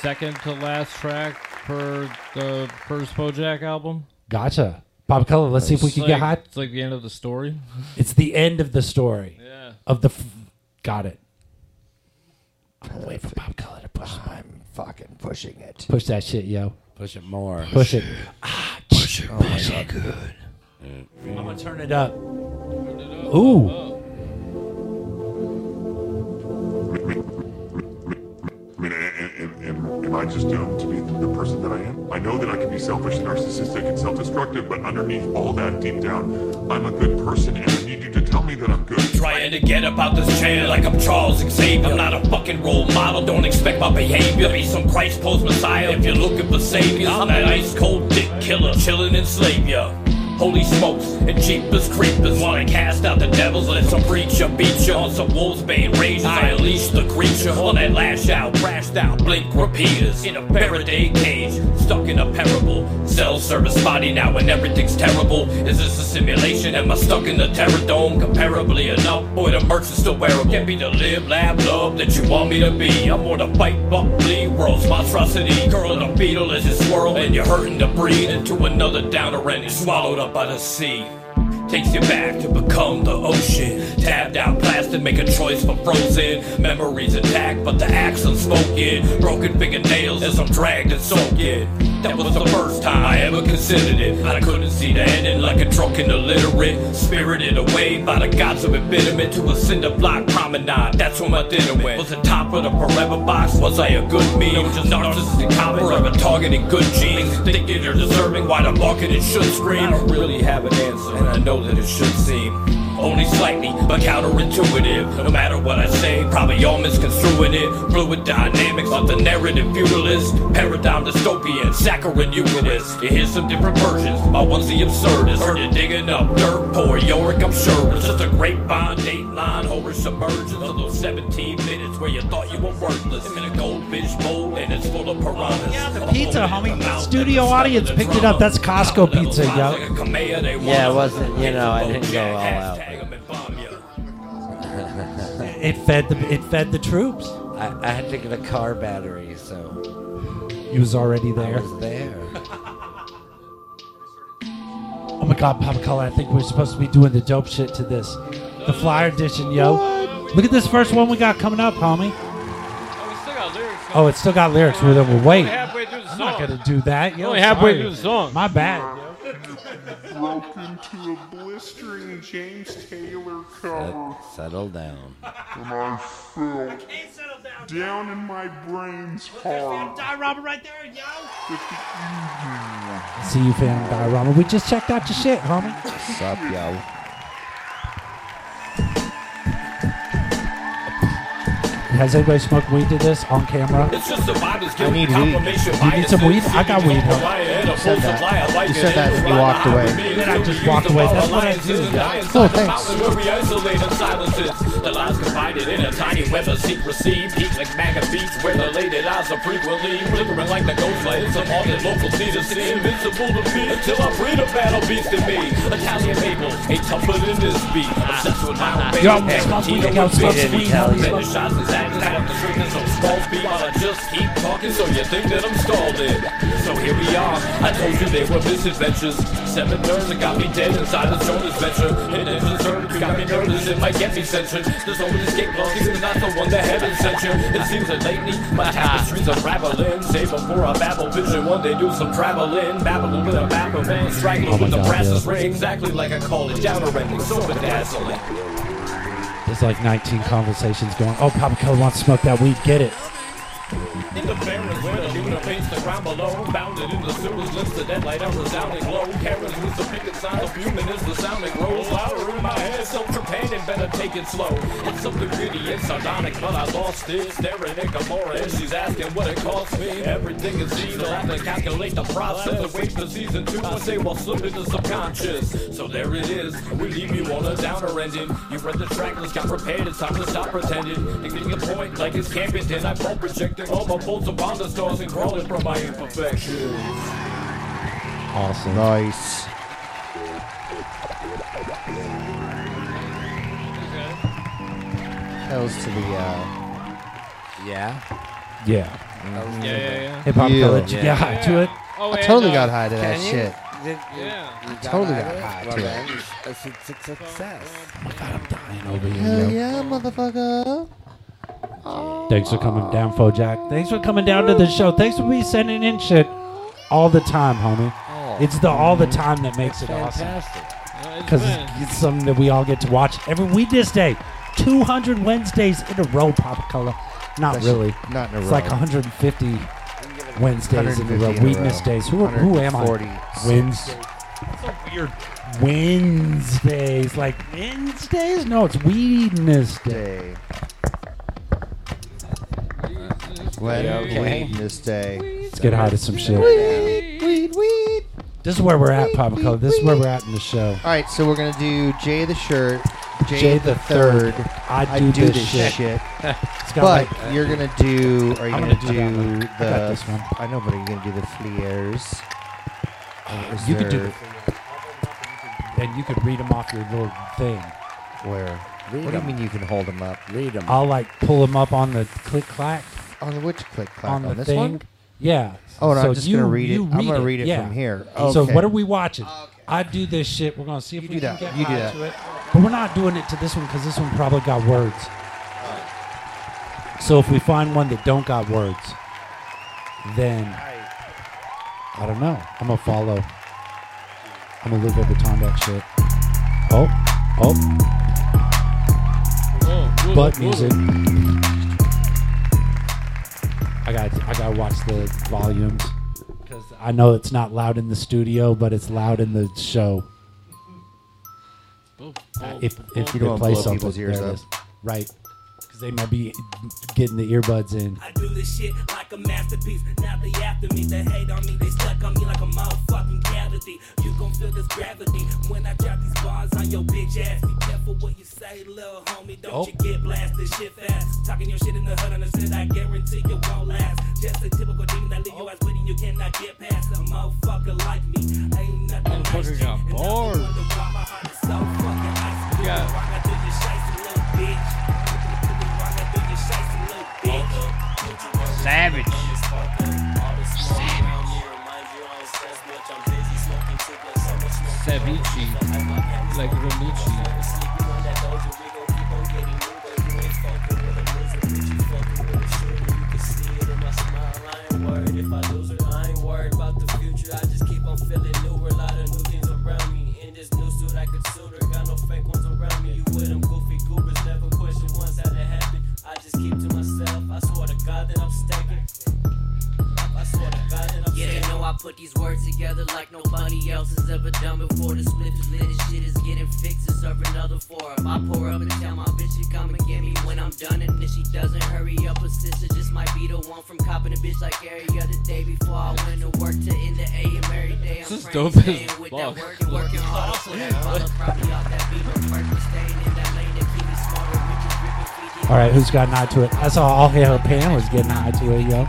second to last track per the first Bojack album.
Gotcha. Pop Color, Oh, let's see if we
It's
can get
like-
hot.
It's like the end of the story.
It's the end of the story.
Yeah.
Of the. F- got it. Wait for Pop Color to push
I'm fucking pushing it.
Push that shit, yo.
Push it more.
Push it.
Push it.
Oh my god. Good.
I'm gonna turn it up. Ooh.
I mean, and, and, and, am I just doomed to be the person that I am? I know that I can be selfish and narcissistic and self-destructive, but underneath all that, deep down, I'm a good person, and I need you to tell me that I'm good.
Trying to get up out this chair like I'm Charles Xavier. I'm not a fucking role model, don't expect my behavior. Be some Christ pose messiah if you're looking for saviors. I'm that ice cold dick killer, chillin' in Slavia. Holy smokes, and jeepers creepers wanna cast out the devils. Let some preacher beat you on some wolves bane rages. I unleash the creature on that lash out, crashed out, blink repeaters in a Faraday cage, stuck in a parable. Cell service body now and everything's terrible. Is this a simulation? Am I stuck in the terror dome? Comparably enough, boy, the merch is still wearable. Get me the live, laugh, love that you want me to be. I'm on a fight, buck, bleed, world's monstrosity. Girl in a beetle as you swirl, and you're hurting to breathe into another downer and swallowed up by the sea. Takes you back to become the ocean. Tabbed out plastic, make a choice for frozen. Memories attacked, but the acts unspoken. Broken fingernails as I'm dragged and soaked in. That was the first time I ever considered it. I couldn't see the ending like a drunken illiterate. Spirited away by the gods of embitterment to a cinder block promenade. That's where my dinner went. Was the top of the forever box? Was I a good me? No, just narcissistic copper of a targeting good genes. Thinking you're deserving, why the marketing should scream. I don't really have an answer, and I know that it should seem. Only slightly, but counterintuitive. No matter what I say, probably Y'all misconstruing it. Fluid dynamics of the narrative feudalist. Paradigm dystopian, saccharine euclidist. You hear some different versions. My one's the absurdist. Heard you digging up dirt poor Yorick, I'm sure. It's just a grapevine dateline horror submergence of those 17 minutes where you thought you were worthless. I'm in a goldfish bowl and it's full of piranhas.
The pizza, homie. Studio audience picked it up. That's Costco pizza, yo.
Yeah, it wasn't. You know, I didn't go all out.
It fed the it fed the troops.
I, I had to get a car battery, so
He was already there.
I was there.
Oh my God, Papa Color! I think we're supposed to be doing the dope shit to this, the flyer edition, yo. Look at this first one we got coming up, homie. Oh, it's still got lyrics. We're over. Wait,
Only halfway through the
I'm not
song.
gonna do that.
We're
Yo,
only halfway
sorry.
through the song.
My bad.
Welcome to a blistering James
Uh,
Taylor cover.
Settle down.
And I feel down in my brain's heart
Die Robert right there, yo.
See you, fam. Diorama. We just checked out your shit, homie.
What's up, yo?
Has anybody smoked weed to this on camera?
It's just the Bible's
Uh-huh. I
giving
need weed.
confirmation
You need some weed? I got weed, homie.
You said that.
You said that when you walked away. Then I just walked away. That's what I do. yo.
Oh, thanks. Where we isolate and silences. The lies confided in a tiny weather seat received. Heat like magazines where the late eyes are frequently flickering like the ghost lights of all the local theater scene. Invincible to me until I breed a battle beast in me. Italian maple, ain't tougher than this beat. Obsessed with my own
Yo,
baby.
I'm smoking,
Tina
yo,
with
smoke
me.
weed, hell yeah.
Finish shots and zags out the street and some small speed. While I just keep talking, so you think that I'm scalded. So here we are. I told you they were misadventures. Seven nerves that got me dead inside the zone adventure. And it's absurd, you got me nervous, it might get me censored. There's always escape laws, even not the one that heaven sent you. It seems that lately my tapestries are rattling. Say before I babble vision, one day do some traveling. Babble with a map of man, straggle
Oh my
with the
God,
brasses
yeah.
ring. Exactly like I call it, downer ending, so bedazzling.
There's like 19 conversations going. Oh, Papa Color wants to smoke that weed. Get it.
In the barrens where the lunar paints the ground below, bounded in the sewers, lips the deadlight, a resounding glow. Karens with the picket sign of human is the sounding grows louder in my head, so prepared and better take it slow. It's something greedy and sardonic, but I lost it. Staring at Gamora and she's asking what it costs me. Everything is easy, I have to calculate the process. and Wait for season two, I say while slipping the subconscious. So there it is, we leave you on a downer ending. You read the track, let's got prepared, it's time to stop pretending. Making a point like it's camping, then I fall projecting all my bolts upon the stars and crawling from my imperfections.
Awesome. Nice. That was to the. Uh,
yeah.
Yeah.
Yeah, yeah, yeah. Oh, uh,
Hip Hop
Yeah.
Color. Did you get high to it?
I totally got high to that
Can you?
shit.
Did you-
Yeah.
you
I totally got
it?
high
Well,
to it.
then, It's it's a success.
Dying over here,
Hell
yo.
yeah, motherfucker.
Thanks for coming down, Fojack. Thanks for coming down to the show. Thanks for be sending in shit all the time, homie.
Oh.
It's the all the time that makes it awesome. Because it's something that we all get to watch every Wednesday. 200 Wednesdays in a row, Pop Color. Not
That's
really.
not in a
It's
row.
like 150 Wednesdays in a
150
row.
in a
Weakness
row.
days. Who, who am I?
146.
Wednes- That's so weird. Wednesdays. Like Wednesdays? No, it's Weedness Day.
When
Okay.
okay. this day. Let's
get high to some shit. This is where we're at, Papa Color. This is where we're at in the show.
All right, so we're gonna do Jay the shirt, Jay,
Jay
the
the
third.
Third. I do this shit. It's got
but
like-
you're gonna do. Are you
I'm
gonna,
gonna do that one.
do,
I
the?
got this one.
I know, but are you gonna do the fleers? Or is
Uh, You could do
there-
the and you could read them off your little thing.
Where?
Read
what do you
'em.
mean you can hold them up?
Read them.
I'll like pull them up on the click clack
On the which click clack?
on
On,
the
this
thing.
one?
Yeah.
Oh, no, I'm
So
just
you-
gonna read it.
you
I'm gonna read it
yeah.
from here.
So
Okay.
what are we watching? I do this shit. We're gonna see if
You
we
do
can
that.
get
You do
high
that.
to it. But we're not doing it to this one because this one probably got words. So if we find one that don't got words, then I don't know. I'm gonna follow. I'm gonna Louis Vuitton that shit. Oh, oh, butt music. I got I gotta watch the volumes because I know it's not loud in the studio, but it's loud in the show. Uh, If if
You
they
don't wanna
play
blow
something,
people's ears
there it
up.
is. right? Because They might be getting the earbuds in.
I do this shit like a masterpiece. Now they after me, they hate on me, they stuck on me like a motherfucking cavity. You gon' feel this gravity when I drop these bars on your bitch ass. Be careful what you say, little homie. Don't
Oh.
you get blasted shit fast. Talking your shit in the hood on the set, I guarantee you won't last. Just a typical demon that leave your ass bleeding, you cannot get past. A motherfucker like me ain't nothing nice.
Motherfucker got bars.
You got
Savage. Savici. Like Romichi.
If I lose it, I ain't worried about the future. I just keep on feeling newer. A lot of new things around me. In this new suit, I could suit her. Got no fake ones around me. You with them goofy goobers. Never question once how that happened. I just keep to myself. I swear to God that I'm stacking. I swear to God that I'm
Yeah, they know I put these words together like nobody else has ever done before. The split is lit, this shit is getting fixed, and serve another four. If I pour up and tell my bitch to come and get me when I'm done, and if she doesn't hurry up, her sister just might be the one from copping a bitch like every other day before I went to work to end the AM every day. I'm
This is
praying,
dope as
staying with that
fuck.
work and working hard. I'm putting follow probably off that beat, but work and staying in that lane to keep me smarter. Riches ripping feet,
All right, who's gotten high to it? I saw all her pan was getting high to it, yo.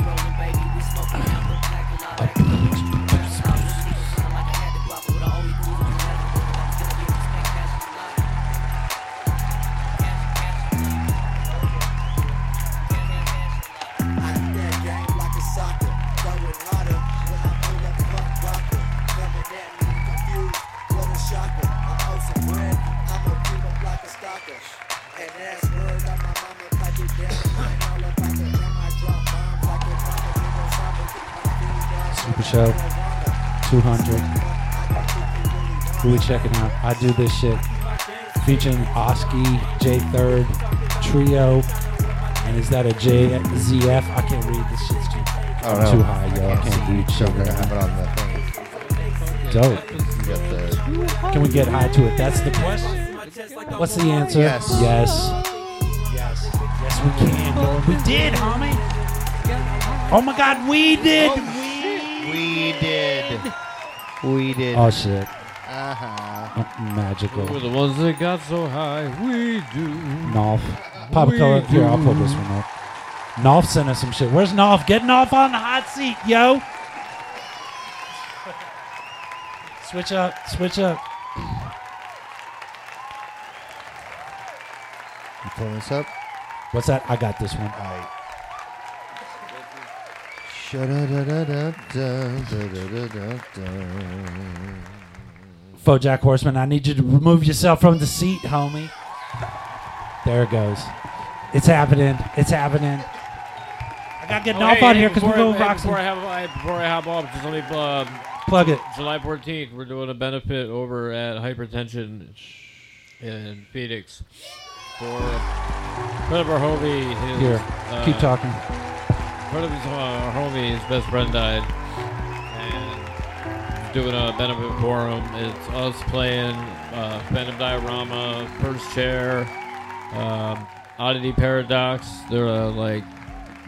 Super Show 200. Really checking out. I do this shit featuring Oski, J Third, Trio, and is that a JZF? I can't read this shit's too,
Oh, I don't know.
too high, yo. I
I
can't
can't
read
see.
shit.
I'm gonna
right
have it
now.
on the thing.
Dope. Can we get high to it? That's the question. What's the answer?
Yes.
Yes. Yes. Yes, we can, yo. We did, homie. Oh my God, we did.
We did. We did.
Oh shit.
Uh-huh.
Uh, Magical.
We're the ones that got so high. We do.
Nolf. Pop
We
color. Here, I'll pull this
do.
one up. Nolf sent us some shit. Where's Nolf? Getting off on the hot seat, yo. Switch up. Switch up.
You pulling this up?
What's that? I got this one. Fojack Horseman, I need you to remove yourself from the seat, homie. There it goes. It's happening. It's happening. I gotta get
Oh,
Nolf
hey,
on
hey,
here because
before
we're
I-
going
hey,
rock
Before I
some.
have, I, before I hop off, just let me plug.
Plug it.
July 14th, we're doing a benefit over at Hypertension in Phoenix for Fred Barhovey. His,
Here, keep
uh,
talking.
Fred Barhovey, his uh, best friend died, and doing a benefit for him. It's us playing uh, Phantom Diorama, First Chair, um, Oddity Paradox. They're a, like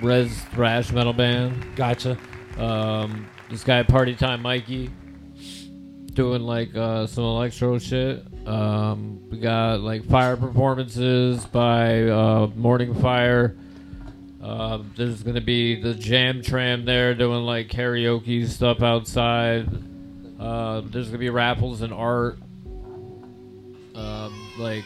Res thrash metal band.
Gotcha.
Um, this guy Party Time Mikey doing like uh, some electro shit. Um, we got like fire performances by uh, Morning Fire. Um, there's gonna be the Jam Tram there doing like karaoke stuff outside. Uh, there's gonna be raffles and art. Um, like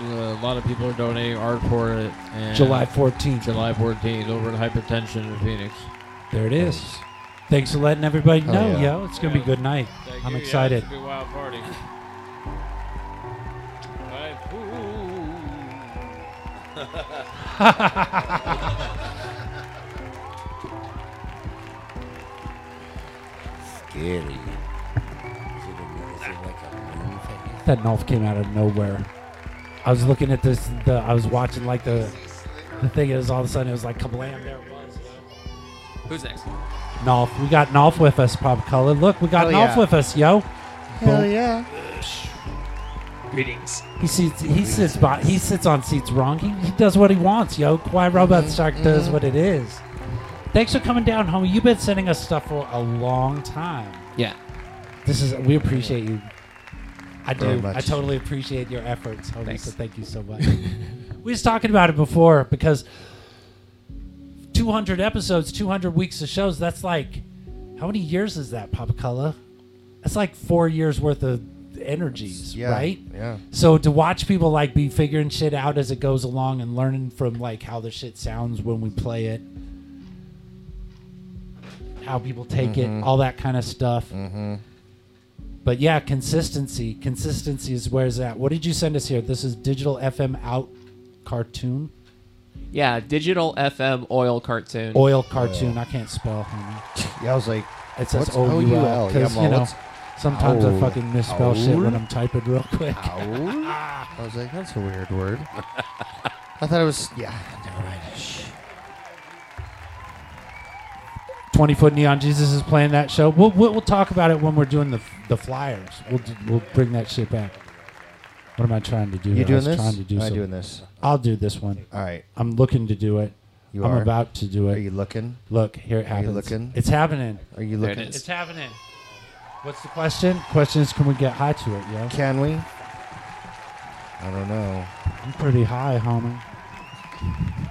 uh, a lot of people are donating art for it. And
July 14th.
July 14th over at Hypertension in Phoenix.
There it is. Thanks for letting everybody
Hell
know,
yeah.
yo. It's gonna be a good night.
Thank
I'm
you. Yeah,
excited.
it's gonna be a wild party. Alright.
Scary. Is it, a, is it like a moon face?
That Nolf came out of nowhere. I was looking at this. The, I was watching like the the thing. It was all of a sudden. It was like kablam. There it was.
Who's next?
Nolf. We got Nolf with us, Pop Color. Look, we got
Hell
Nolf
yeah.
with us, yo.
Hell
Boom.
yeah.
readings. He sits. He sits. By, he sits on seats wrong. He, he does what he wants, yo. Quiet
Mm-hmm,
Robot Shark does what it is. Thanks for coming down, homie. You've been sending us stuff for a long time.
Yeah.
This is. We appreciate you. I
Very
do.
much.
I totally appreciate your efforts, homie. So thank you so much. we was talking about it before because 200 episodes, 200 weeks of shows. That's like how many years is that, Papa Cola? That's like four years worth of energies,
Yeah,
right?
yeah.
So to watch people like be figuring shit out as it goes along and learning from like how the shit sounds when we play it, how people take
Mhm.
it, all that kind of stuff. Mm-hmm. But yeah, consistency. Consistency is where it's at. What did you send us here? This is Digital FM Out cartoon,
Yeah, digital FM oil cartoon.
oil cartoon. I can't spell. Homie.
uh, Yeah, I was like,
it says
what's
O U L
OUL? Yeah,
because
well,
you know
what's-
sometimes I
Owl.
fucking misspell shit when
Owl?
I'm typing real quick.
I was like, that's a weird word. I thought it was, yeah, never mind. Shh.
20 foot neon jesus is playing that show we'll, we'll, we'll talk about it when we're doing the the flyers we'll do, we'll bring that shit back what am i trying to do
You
here?
doing
I was
this?
trying to do
Am I
some-
doing this?
i'll do this one
all right
i'm looking to do it
You
i'm
are?
about to do it are
you looking
look here it
Are you
happens
looking?
it's happening
Are you
There
looking?
it is. It's happening. What's the question question is can we get high to it yo
can we I don't know.
i'm pretty high homie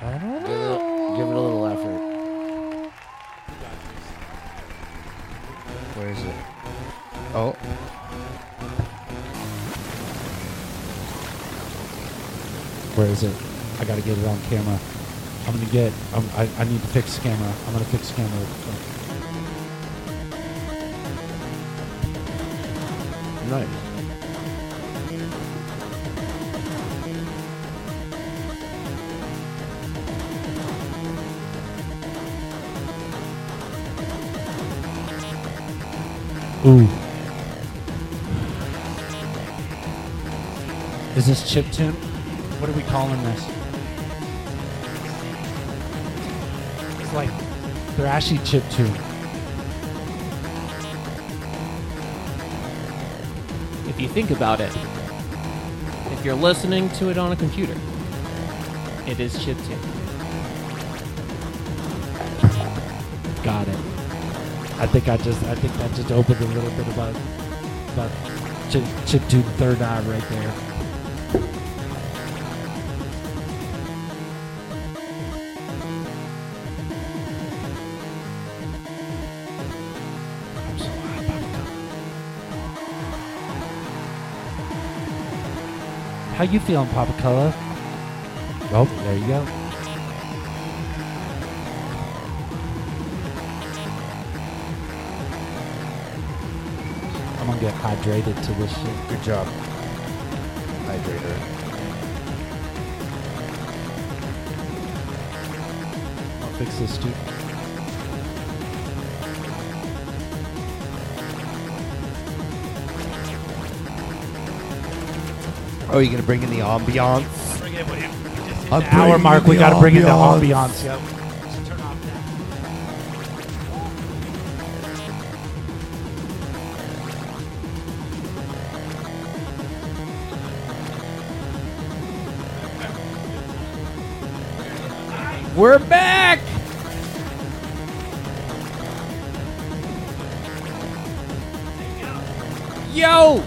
I don't
Give it, give it a little effort.
Where is it? Oh.
Where is it? I gotta get it on camera. I'm gonna get. Um, I, I need to fix the camera. I'm gonna fix the camera.
Nice.
Ooh. Is this chip tune? What are we calling this? It's like thrashy chip tune.
If you think about it, if you're listening to it on a computer, it is chiptune.
Got it. I think I just. I think that just opened a little bit about about chip chip tune third eye right there. How you feeling, Papa Cola? Oh, there you go. I'm gonna get hydrated to this shit.
Good job. Hydrator.
I'll fix this too.
Oh, you gonna bring in the ambiance? I'm
The hour
bringing
mark,
in
we
the
gotta bring in the
ambiance.
ambiance. Yep.
We're back. Yo,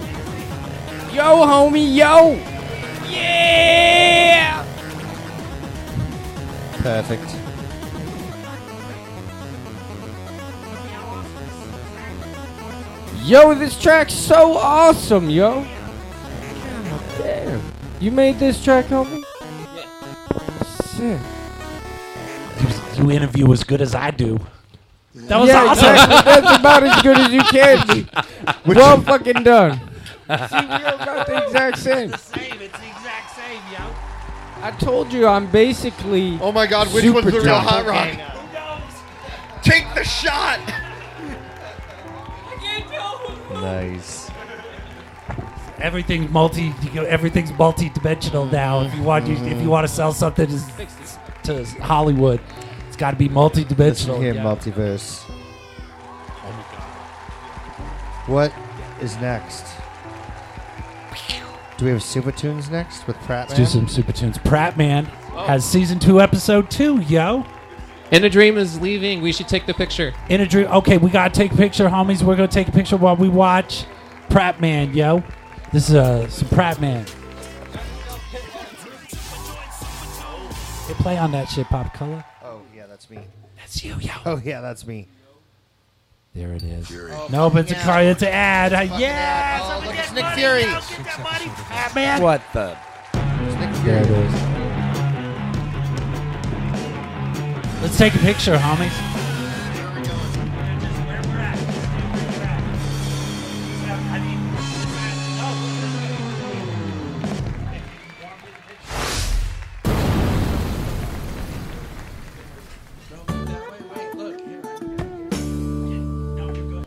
yo, homie, yo. Yeah.
Perfect.
Yo, this track's so awesome, yo. God damn. You made this track, homie? Shit.
You interview as good as I do. That was
yeah,
awesome.
Exactly. That's about as good as you can be.
Which-
well fucking done. See, you're about the exact same.
It's the same. It's the exact same, yo.
I told you I'm basically.
Oh my God, which
super
one's the real
dumb.
hot rock? Take the shot.
Nice.
Everything's multi. You know, everything's multi-dimensional now. If you want, you, if you want to sell something to, to Hollywood, it's got to be multi-dimensional.
Here,
yo.
multiverse. What is next? Do we have Super Tunes next with Pratt?
Let's do some super tunes. Pratt Man has season two, episode two, yo.
Oh. In a Dream is leaving. We should take the picture.
In a dream. Okay, we gotta take a picture, homies. We're gonna take a picture while we watch Pratt Man, yo. This is uh, some Pratt Man. Hey, play on that shit, Pop Color.
Oh yeah, that's me.
That's you, yo.
Oh yeah, that's me.
There it is.
Oh,
no, but it's a
yeah.
car. It's an ad. Uh, yes.
Oh, look, it's Nick
money,
Fury.
yo, get that money, Pratt Man.
What the?
There it is. Let's take a picture, homies.
Did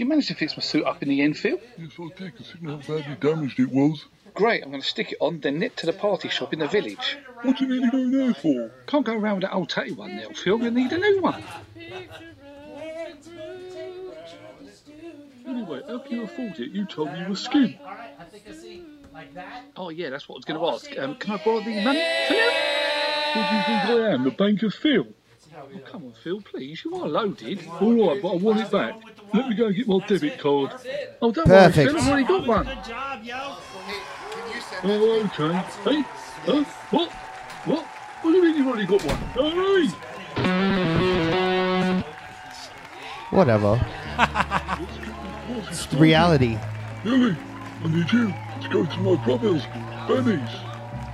you manage to fix my suit up in the end, Phil?
Yes, I did, considering how badly damaged it was.
Great, I'm going to stick it on, then nip to the party shop in the village.
What do you need to go there for?
Can't go around with that old tatty one now, Phil. You need a new one.
Anyway, how can you afford it? You told me you were skint.
Oh, yeah, that's what I was going to ask. Um, can I borrow the money?
Who do you think I am, the banker Phil?
Oh, come on, Phil, please. You are loaded.
All right, but I want it back. Let me go and get my debit card.
Oh, don't
Perfect.
worry, Phil. I've already got one.
Oh, okay. Hey, huh? What? What? What do you mean you've already got one? Hurry!
Whatever. it's reality.
Billy, I need you to go to my brother's, Benny's.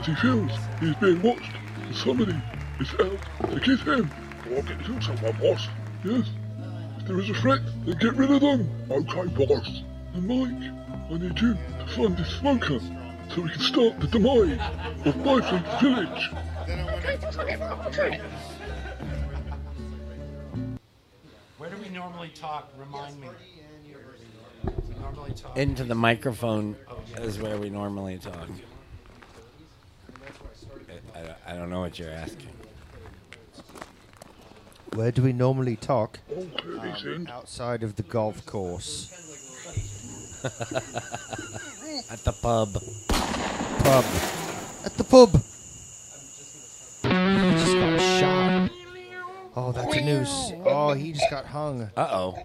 As he feels he's being watched, and somebody is out to get him. Or I'll get to someone, boss. Yes. If there is a threat, then get rid of them. Okay, boss. And Mike, I need you to find this smoker so we can start the demise of Byfleet Village.
Where do we normally talk? Remind me. We normally talk.
Into the microphone is where we normally talk. I- I, don't- I don't know what you're asking.
Where do we normally talk?
Um,
outside of the golf course.
At the pub.
Pub. At the pub. He just got shot. Oh, that's a noose. Oh, he just got hung.
Uh oh.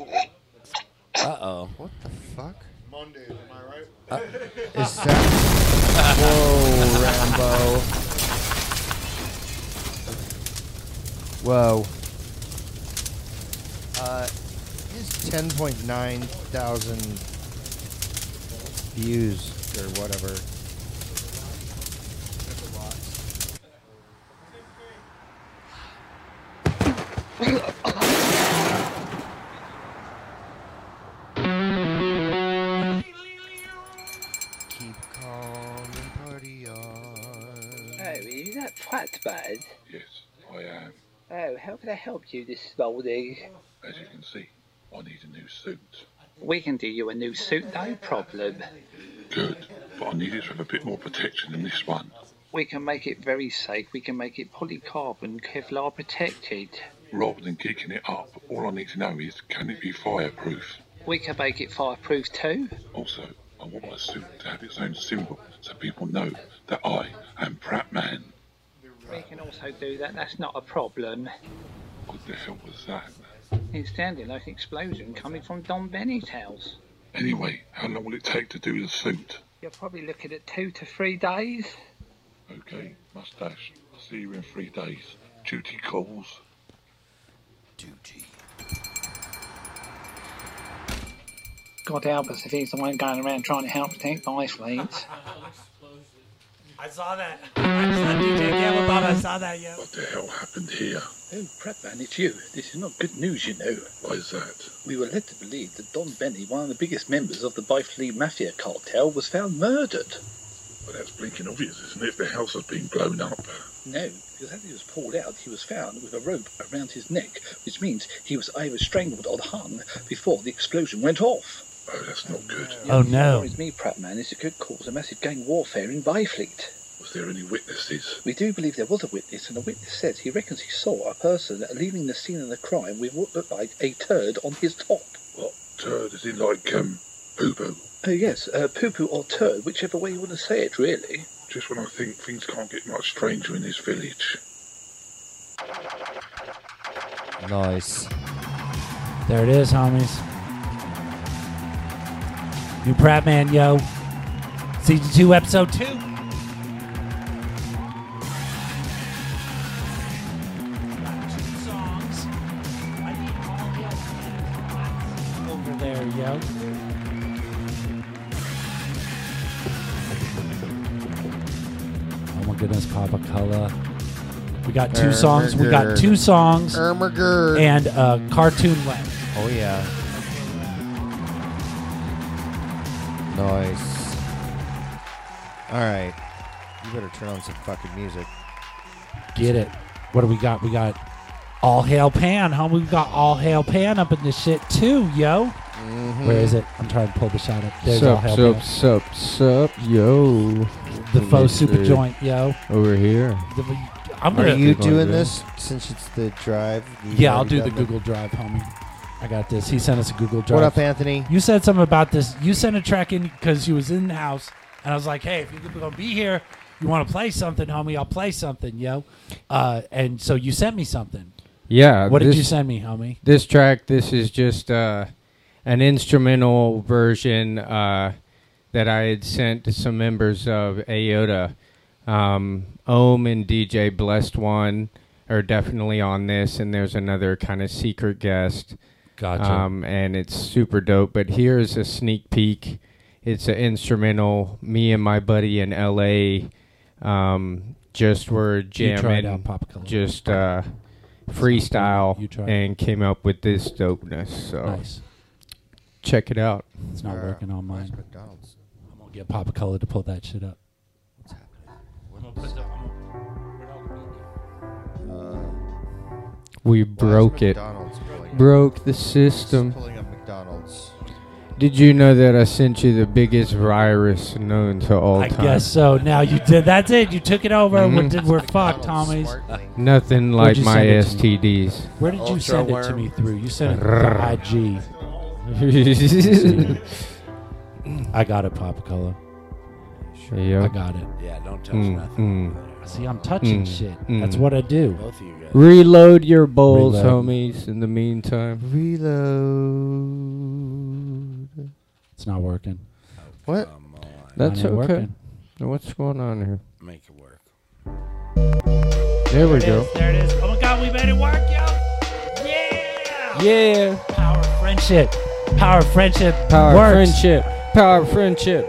Uh oh.
What the fuck?
Monday, am I right?
Uh, Is that? Whoa, Rambo. Whoa. Uh, his ten point nine thousand views or whatever. Keep calm and party on.
Oh, are you that fat bud?
Yes, I am.
Oh, how can I help you this morning?
As you can see, I need a new suit.
We can do you a new suit, no problem.
Good, but I need it with a bit more protection than this one.
We can make it very safe. We can make it polycarbon Kevlar protected.
Rather than geeking it up, all I need to know is can it be fireproof?
We can make it fireproof too.
Also, I want my suit to have its own symbol so people know that I am Pratt Man.
We can also do that. That's not a problem.
What the hell was that?
It's sounding like an explosion coming from Don Benny's house.
Anyway, how long will it take to do the suit?
You're probably looking at two to three days.
Okay, mustache. See you in three days. Duty calls. Duty.
God help us if he's the one going around trying to help protect ice fleets.
I saw that. I saw DJ Gamma Bob. I saw that, yo.
What the hell happened here?
Oh, crap, man, it's you. This is not good news, you know.
Why is that?
We were led to believe that Don Benny, one of the biggest members of the Byfleet Mafia cartel, was found murdered.
Well, that's blinking obvious, isn't it? The house has been blown up.
No, because as he was pulled out, he was found with a rope around his neck, which means he was either strangled or hung before the explosion went off.
Oh, that's not good.
Oh, no.
Worries me, Pratt Man. This could cause a massive gang warfare in Byfleet.
Was there any witnesses?
We do believe there was a witness, and the witness says he reckons he saw a person leaving the scene of the crime with what looked like a turd on his top.
Turd is in like, um, Ubo
Oh, yes, uh, poo poo or turd, whichever way you want to say it, really.
Just when I think things can't get much stranger in this village.
Nice.
There it is, homies. New Pratt Man, yo. Season 2, Episode 2. Over there, yo.
Oh my goodness, Papa Cola. We got two songs. We got two songs.
Ermagerd.
And
uh,
a cartoon left.
Oh yeah. Nice. All right. You better turn on some fucking music.
Get it. What do we got? We got All Hail Pan, homie. We got All Hail Pan up in this shit, too, yo. Where is it? I'm trying to pull the shot up. There's All
Sup,
Hail
sup, sup,
Pan.
sup, yo.
The
Let
faux
me
super
see.
joint, yo.
Over here.
The- I'm
Are
gonna-
you doing this since it's the drive? You
Yeah, I'll
already
do the
done that?
Google Drive, homie. I got this. He sent us a Google Drive.
What up, Anthony?
You said something about this. You sent a track in because you was in the house, and I was like, "Hey, if you're gonna be here, you want to play something, homie? I'll play something, yo." Uh, and so you sent me something.
Yeah.
What did
this-
you send me, homie?
This track, this is just uh, an instrumental version uh, that I had sent to some members of AOTA. Um, Ohm and DJ Blessed One are definitely on this, and there's another kind of secret guest.
Gotcha.
Um, and it's super dope. But here's a sneak peek. It's an instrumental. Me and my buddy in LA um, just were
You
jamming,
tried out Papa Color.
just uh, freestyle,
You tried.
and came up with this dopeness. So check it out.
It's not working on mine. McDonald's. I'm gonna get Papa Color to pull that shit up.
We broke it.
McDonald's pulling up?
Broke the system.
Pulling up McDonald's.
Did you know that I sent you the biggest virus known to all
I
time?
guess so. Now you did. That's it. You took it over. We're,
Mhm.
d- we're fucked, homies.
Nothing
Where'd
like
you
my
send it to me?
STDs.
Where did you send it to me through? You sent it
Rrrr.
to IG. I got it, Papa Color.
Yeah.
I got it.
Yeah, don't touch
Mm,
nothing.
See, I'm touching shit. That's what I do.
Both of you guys.
Reload your bowls,
Reload.
homies. In the meantime,
reload.
It's not working.
What?
That's
Mine ain't
okay.
working.
What's going on here?
Make it work.
There we
There it
go.
is. There it is. Oh my God, we made it work, yo.
Yeah.
Power of friendship. Power of friendship.
Power
works.
friendship. Power friendship.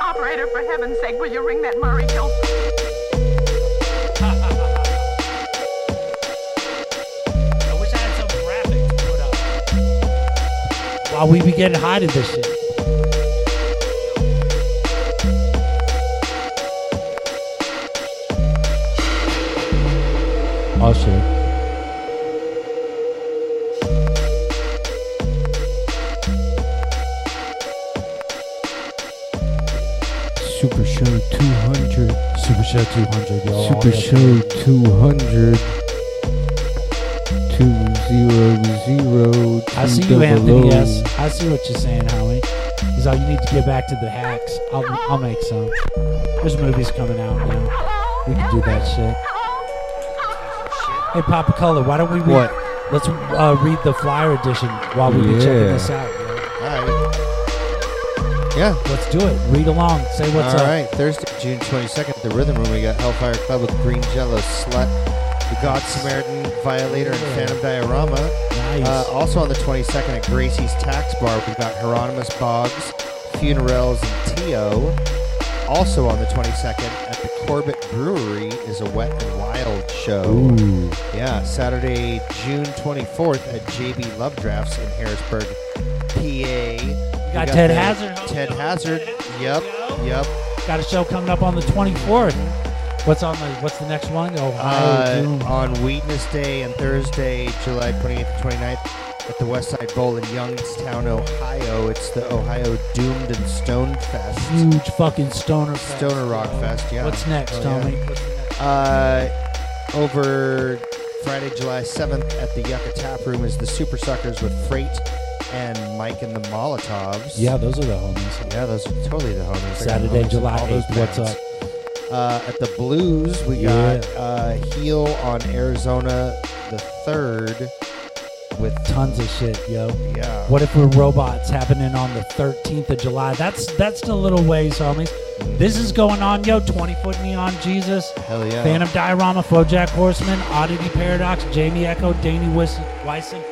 Operator, for heaven's sake, will you ring that Murray Hill?
I wish I had some graphics to put up. While we be getting high to this shit. Oh shit.
Super Show 200.
Super Show 200, yo. All
Super
hail
Show 200. 200.
I see you, Anthony. Yes, I see what you're saying, Howie. He's like, you need to get back to the hacks. I'll, I'll make some. There's movies coming out now. We can do that shit. Hey, Papa Color, why don't we read,
What?
Let's uh, read the flyer edition while we be checking
Yeah.
this out. man.
Yeah.
Let's do it. Read along. Say what's
All
up.
right, Thursday, June 22nd, the Rhythm Room. We got Hellfire Club with Green Jello, Slut, The God Samaritan, Violator, and
Yeah.
Phantom Diorama.
Nice.
Uh, also on the 22nd at Gracie's Tax Bar, we've got Hieronymus Boggs, Funerals, and Tio. also on the 22nd at the Corbett Brewery is a Wet and Wild show.
Ooh.
Yeah, Saturday, June 24th at JB Love Drafts in Harrisburg, PA. You
got Ted Hazard.
Ted Hazard. Yep. Yep.
Got a show coming up on the 24th. What's on the What's the next one? Ohio.
Uh,
Doom.
on Wednesday and Thursday, July 28th and 29th, at the West Side Bowl in Youngstown, Ohio. It's the Ohio Doomed and Stoned Fest.
huge fucking stoner. fest.
Stoner Rock Fest, yeah.
What's next,
Oh,
Tommy?
yeah. Uh, over Friday, July 7th at the Yucca Tap Room is the Super Suckers with Freight and Mike and the Molotovs.
Yeah, those are the homies.
Yeah, those are totally the homies. They got
Saturday,
homies in
July
all those
8th. What's
bands.
up?
Uh, at the Blues, we
Yeah.
got uh, Heel on Arizona the 3rd with
tons of shit, yo.
Yeah.
What if we're robots happening on the 13th of July? That's that's the little ways, homies. This is going on, yo. 20 foot neon Jesus.
Hell yeah.
Phantom Diorama, Fojack Horseman, Oddity Paradox, Jamie Echo, Danny Wis- Weissen.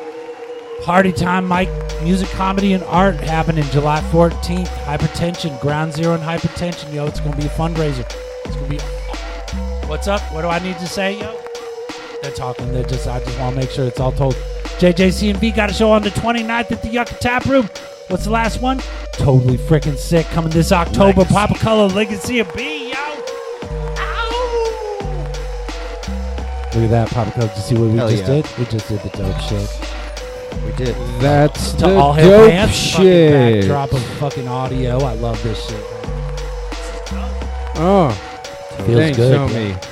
Party time, Mike. Music, comedy, and art happening July 14th. Hypertension, Ground Zero, and Hypertension, yo. It's going to be a fundraiser. It's going to be. What's up? What do I need to say, yo? They're talking. They just. I just want to make sure it's all told. JJC and V got a show on the 29th at the Yucca Tap Room. What's the last one? Totally freaking sick. Coming this October. Papa Color Legacy of B, yo. Look at that, Papa Coke. To see what we
Hell
just
yeah.
did? We just did the dope shit.
We did.
That's
To
the
all hip
dope
hands,
shit.
Fucking backdrop of fucking audio. I love this shit.
Oh,
Feels
thanks,
good.
homie.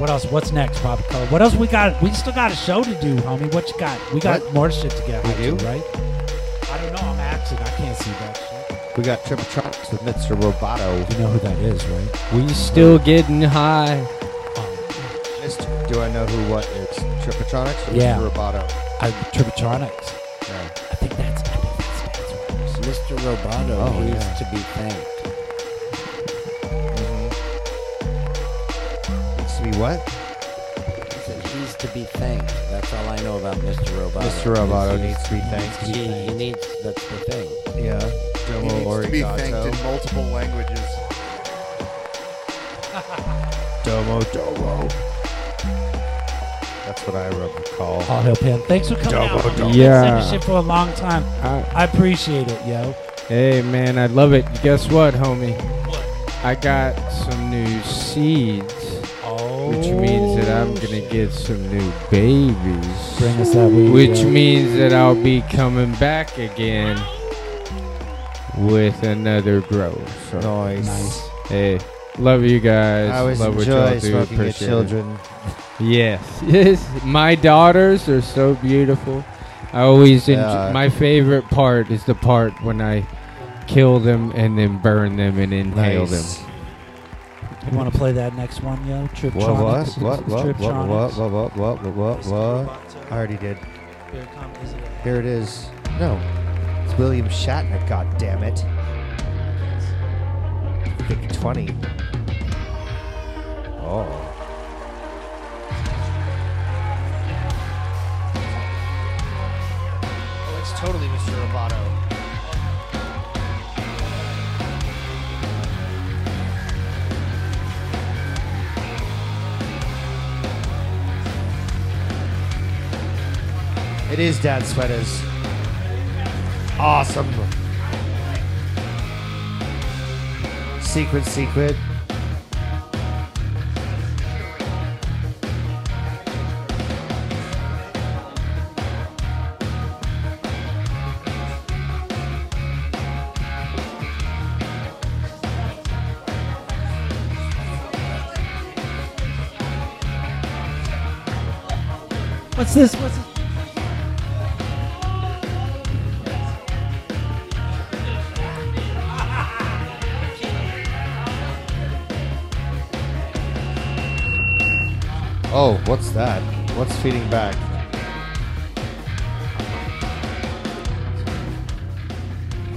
What else? What's next, Papa Color? What else we got? We still got a show to do, homie. What you got? We got
What?
more shit to get.
We
onto,
do?
right? I don't know. I'm axing. I can't see that shit.
We got Triple Trunks with Mr. Roboto.
You know who that is, right?
We still getting high.
Mr. Do I know who what? It's Tripatronics or
Yeah.
Mr. Roboto?
I, Tripatronics.
Yeah.
I think that's. I think that's that's what it is.
Mr. Roboto
Oh,
needs
yeah.
to be thanked.
Needs to be what?
He said he's to be thanked. That's all I know about Mr. Roboto.
Mr. Roboto
He's-
needs to be thanked.
He, he needs. That's the thing.
Yeah.
He
Domo
needs to be thanked in
Origato.
multiple languages.
Domo Domo. That's what I recall.
All hail Pan. Thanks for coming
Domo
out. homie.
Domo.
You've been sending
Yeah.
shit for a long time. I appreciate it, yo.
Hey man, I love it. Guess what, homie? I got some new seeds, which means that
Oh,
I'm gonna get some new babies.
Bring us that weed,
Which
yo.
means that I'll be coming back again with another growth. So,
Nice. Nice.
Hey, love you guys.
I always
love what
enjoy
y'all do.
smoking your
Appreciate it.
children.
Yes, yes. My daughters are so beautiful. I always enjoy.
Yeah.
my favorite part is the part when I kill them and then burn them and inhale
Nice.
them.
You want to play that next one, yo?
What,
Triptronics.
what, what, what, what,
Triptronics.
what, what, what, what, what, what, what? I already did.
Here it comes. Is it-
Here it is. No. It's William Shatner, goddammit. Big 20. Oh. Oh, it's totally Mr. Roboto. It is Dad Sweaters. Awesome. Secret, secret.
What's this? What's this?
Oh, what's that? What's feeding back?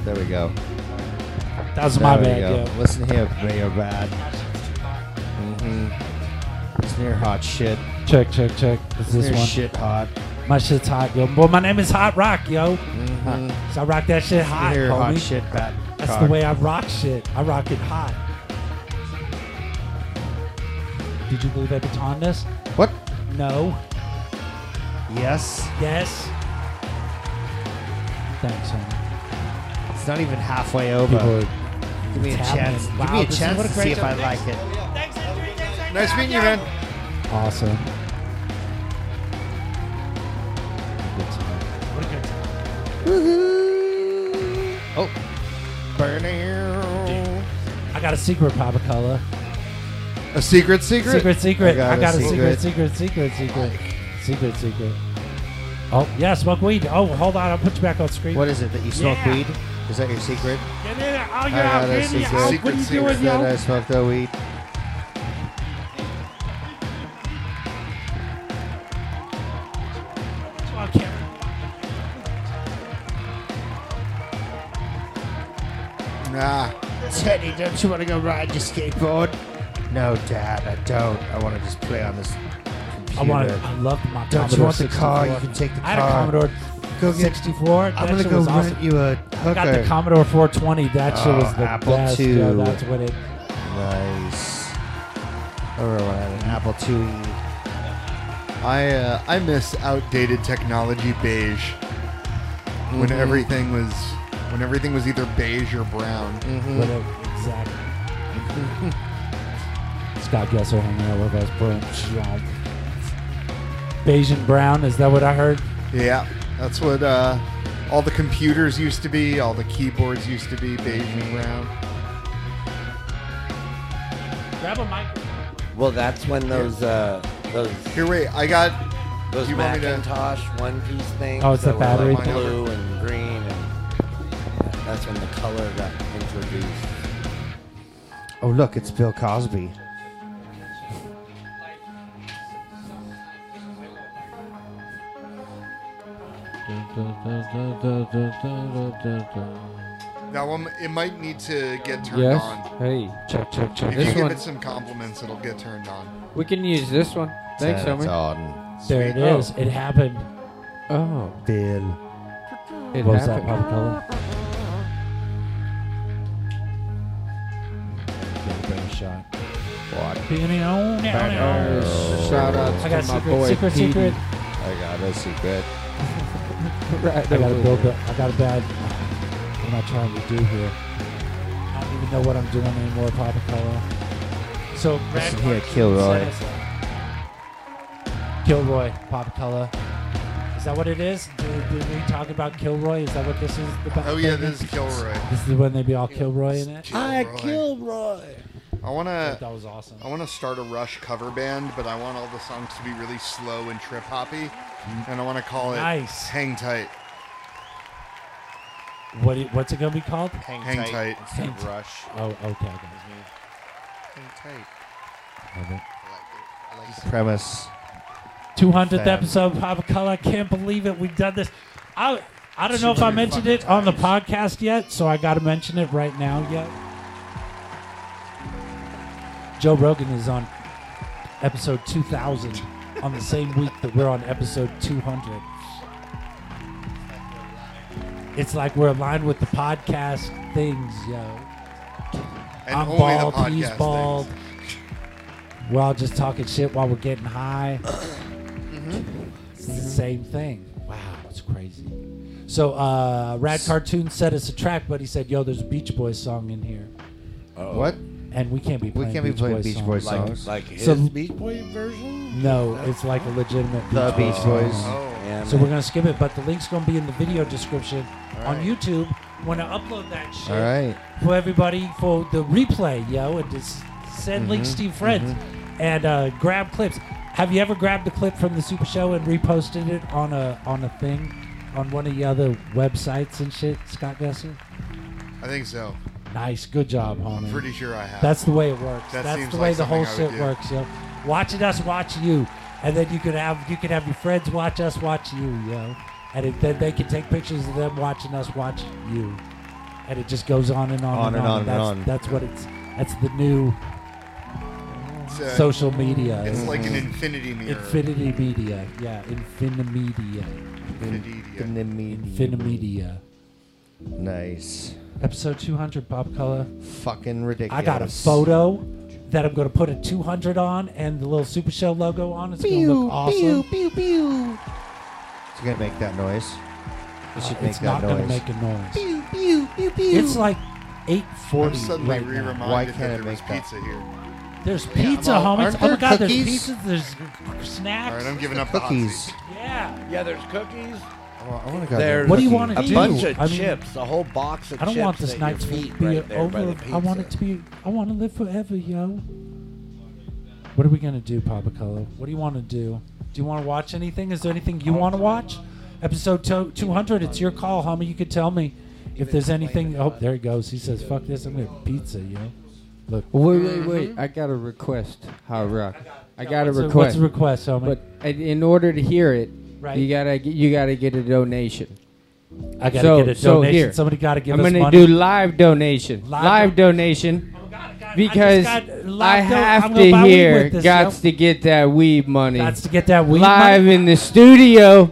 There we go.
That was my
There we
bad,
go. Listen here, Mayor Bad. Mm-hmm. It's near hot shit.
Check, check, check. Is this
Near
one?
shit hot.
My shit's hot, yo. Boy, my name is Hot Rock, yo.
Mhm.
So I rock that shit hot,
Near
homie.
hot shit, bat.
That's That's the way I rock shit. I rock it hot. Did you believe I baton this?
What?
No.
Yes.
Yes. Thanks, honey.
It's not even halfway over.
People are-
Give me a chance.
It's happening.
Give
Wow,
me a
this is-
chance
what a
to
great
see if I
job.
like it.
Nice meeting you, man.
Awesome.
What a good time.
Oh. Burning.
I got a secret, Papa Cola.
A secret, secret?
Secret, secret.
I got
I
a
got, a secret,
secret,
secret, secret, secret. Secret, secret. Oh, yeah, smoke weed. Oh, hold on. I'll put you back on screen.
What is it that you smoke
Yeah.
weed? Is that your secret?
Get in there. Oh,
I
you're out.
got a
Get in
secret.
there. Out. What are you doing,
that
yo?
I smoked the weed.
On camera.
Nah. Teddy, don't you want to go ride your skateboard? No, Dad, I don't. I want to just play on this computer.
I want. I love my.
Don't you
Commodore
want the car?
64.
You can take the car.
I had a Commodore
Go get-
64.
I'm
That
gonna
shit
go
was
rent
awesome.
you a
I got the
hooker. Oh,
Commodore 420. That shit was the
Apple
best.
II.
Yo, that's what it.
Nice. I remember when I had an Apple E. IIe.
I uh, I miss outdated technology beige. When
Mhm.
Mm-hmm.
everything was when everything was either beige or brown.
Mm-hmm.
What it exactly. Scott Gesser hanging out with us, Brent. Schwab. Beige and brown. Is that what I heard?
Yeah, that's what uh, all the computers used to be. All the keyboards used to be beige and brown.
Grab a microphone.
Well, that's when those uh, those.
Here, wait. I got
those
you want me to-
Macintosh one piece things.
Oh, it's the
that were, like,
battery?
blue and green, and that's when the color got introduced.
Oh, look, it's Bill Cosby.
That one it might need to get turned
Yes.
on.
Hey, check, check, check.
If
This
you give
one.
it some compliments, it'll get turned on.
We can use this one. Thanks,
That's
Homer.
odd.
There it is. It happened.
Oh.
Bill.
It
what
happened.
was that, Papa Cola?
Get a better shot.
Piano, now, now.
Shout out
I
to
got
my
secret,
boy
secret,
Petey.
secret.
I got a secret.
I gotta build up. I gotta bad. What am I trying to do here? I don't even know what I'm doing anymore, Papa Cola. So, Brad
Listen here,
Clark
Kilroy.
sent us a- Kilroy, Papa Cola. Is that what it is? Did, did we talk about Kilroy? Is that what this is about?
Oh, yeah, this is Kilroy.
This is when they be all Kilroy in it.
I
Kilroy.
I want to.
That was awesome.
I want to start a Rush cover band, but I want all the songs to be really slow and trip hoppy, and I want to call it
Mm-hmm. Nice.
"Hang Tight."
What it, what's it gonna be called? Hang,
Hang tight tight. instead of
Hang-
rush.
Oh, okay. okay.
Hang
Love it.
Premise.
200th
Fam.
episode of Papa Color. I can't believe it. We've done this. I I don't know if I
200
mentioned it Oh. on the podcast yet, so I got to mention it right now. Yet, Joe Rogan is on episode 2000 on the same week that we're on episode 200. It's like we're aligned with the podcast things, yo.
And
I'm
only the
bald, he's
podcast
bald. We're all just talking shit while we're getting high. It's
Mm-hmm.
the same thing. Wow, it's crazy. So, uh, Rad Cartoon sent us a track, but he said, "Yo, there's a Beach Boys song in here."
What?
And we can't be
We
playing
can't be
Beach
playing
Boys
Beach
songs.
Boys Like- songs.
like
So-
his Beach Boy version?
No, it's like a legitimate Beach
The Beach Boys.
song.
Oh. Damn
So
it.
we're gonna skip it, but the link's gonna be in the video description
All
on
right.
YouTube when I upload that shit.
All right.
For everybody for the replay, yo, and just send links
Mhm,
to your friends and uh, grab clips. Have you ever grabbed a clip from the Super Show and reposted it on a on a thing on one of the other websites and shit, Scott Gesser?
I think so.
Nice, good job, homie.
pretty sure I have.
That's the way it works.
That
That's
seems
the
like
way the
something
whole
I would
shit
do.
works. Yo, watching us watch you, and then you could have you could have your friends watch us watch you, yo, and it, then they can take pictures of them watching us watch you, and it just goes on and on,
On and on and
that's,
on.
That's what it's. That's the new
It's, uh,
social media.
It's like an
Mm-hmm.
infinity mirror.
Infinity media, yeah, infinimedia.
Infinimedia.
Infinimedia.
Nice.
Episode 200, Bob Color.
Fucking ridiculous.
I got a photo that I'm going to put a 200 on and the little Super Show logo on. It's going to look awesome.
pew, pew. It's gonna make that noise. It should
Uh,
make
it's
that
not gonna
noise.
make a noise.
Pew, pew, pew, pew.
It's like 840
I'm suddenly
right now.
re-reminded
Why
that
can't it
there was
make that?
pizza here.
There's pizza,
well,
homies.
aren't
Oh my
there
god,
cookies?
there's pizza, there's snacks.
All right, I'm giving up
Cookies.
Yeah.
Yeah, there's cookies.
I want to go.
There's
What do you wanna
a
do?
bunch of
I mean,
chips, a whole box of
I
chips.
don't want this
at
night
your
to be
feet right there by
over.
the
Oh, I want it to be. I want to live forever, yo. What are we gonna do, Papa Colo? What do you want to do? Do you want to watch anything? Is there anything you want to watch? Episode to- 200. It's your call, homie. You could tell me if there's anything. Oh, there he goes. He says, "Fuck this. I'm gonna pizza, yo." Look.
Wait,
Mm-hmm.
wait, wait. I got a request, High Rock. I got a
What's a-
request.
what's a request, homie?
But i- in order to hear it,
Right.
you gotta get, you gotta get a donation.
I gotta get a donation. Somebody gotta give
I'm
us
gonna
money.
do live donation. Live,
Live
donation. Because I,
got live do- I'm
have
gonna
to
buy weed
hear,
with this,
gots to
yo.
get that weed money.
Gots to get that weed
live
money.
in the studio.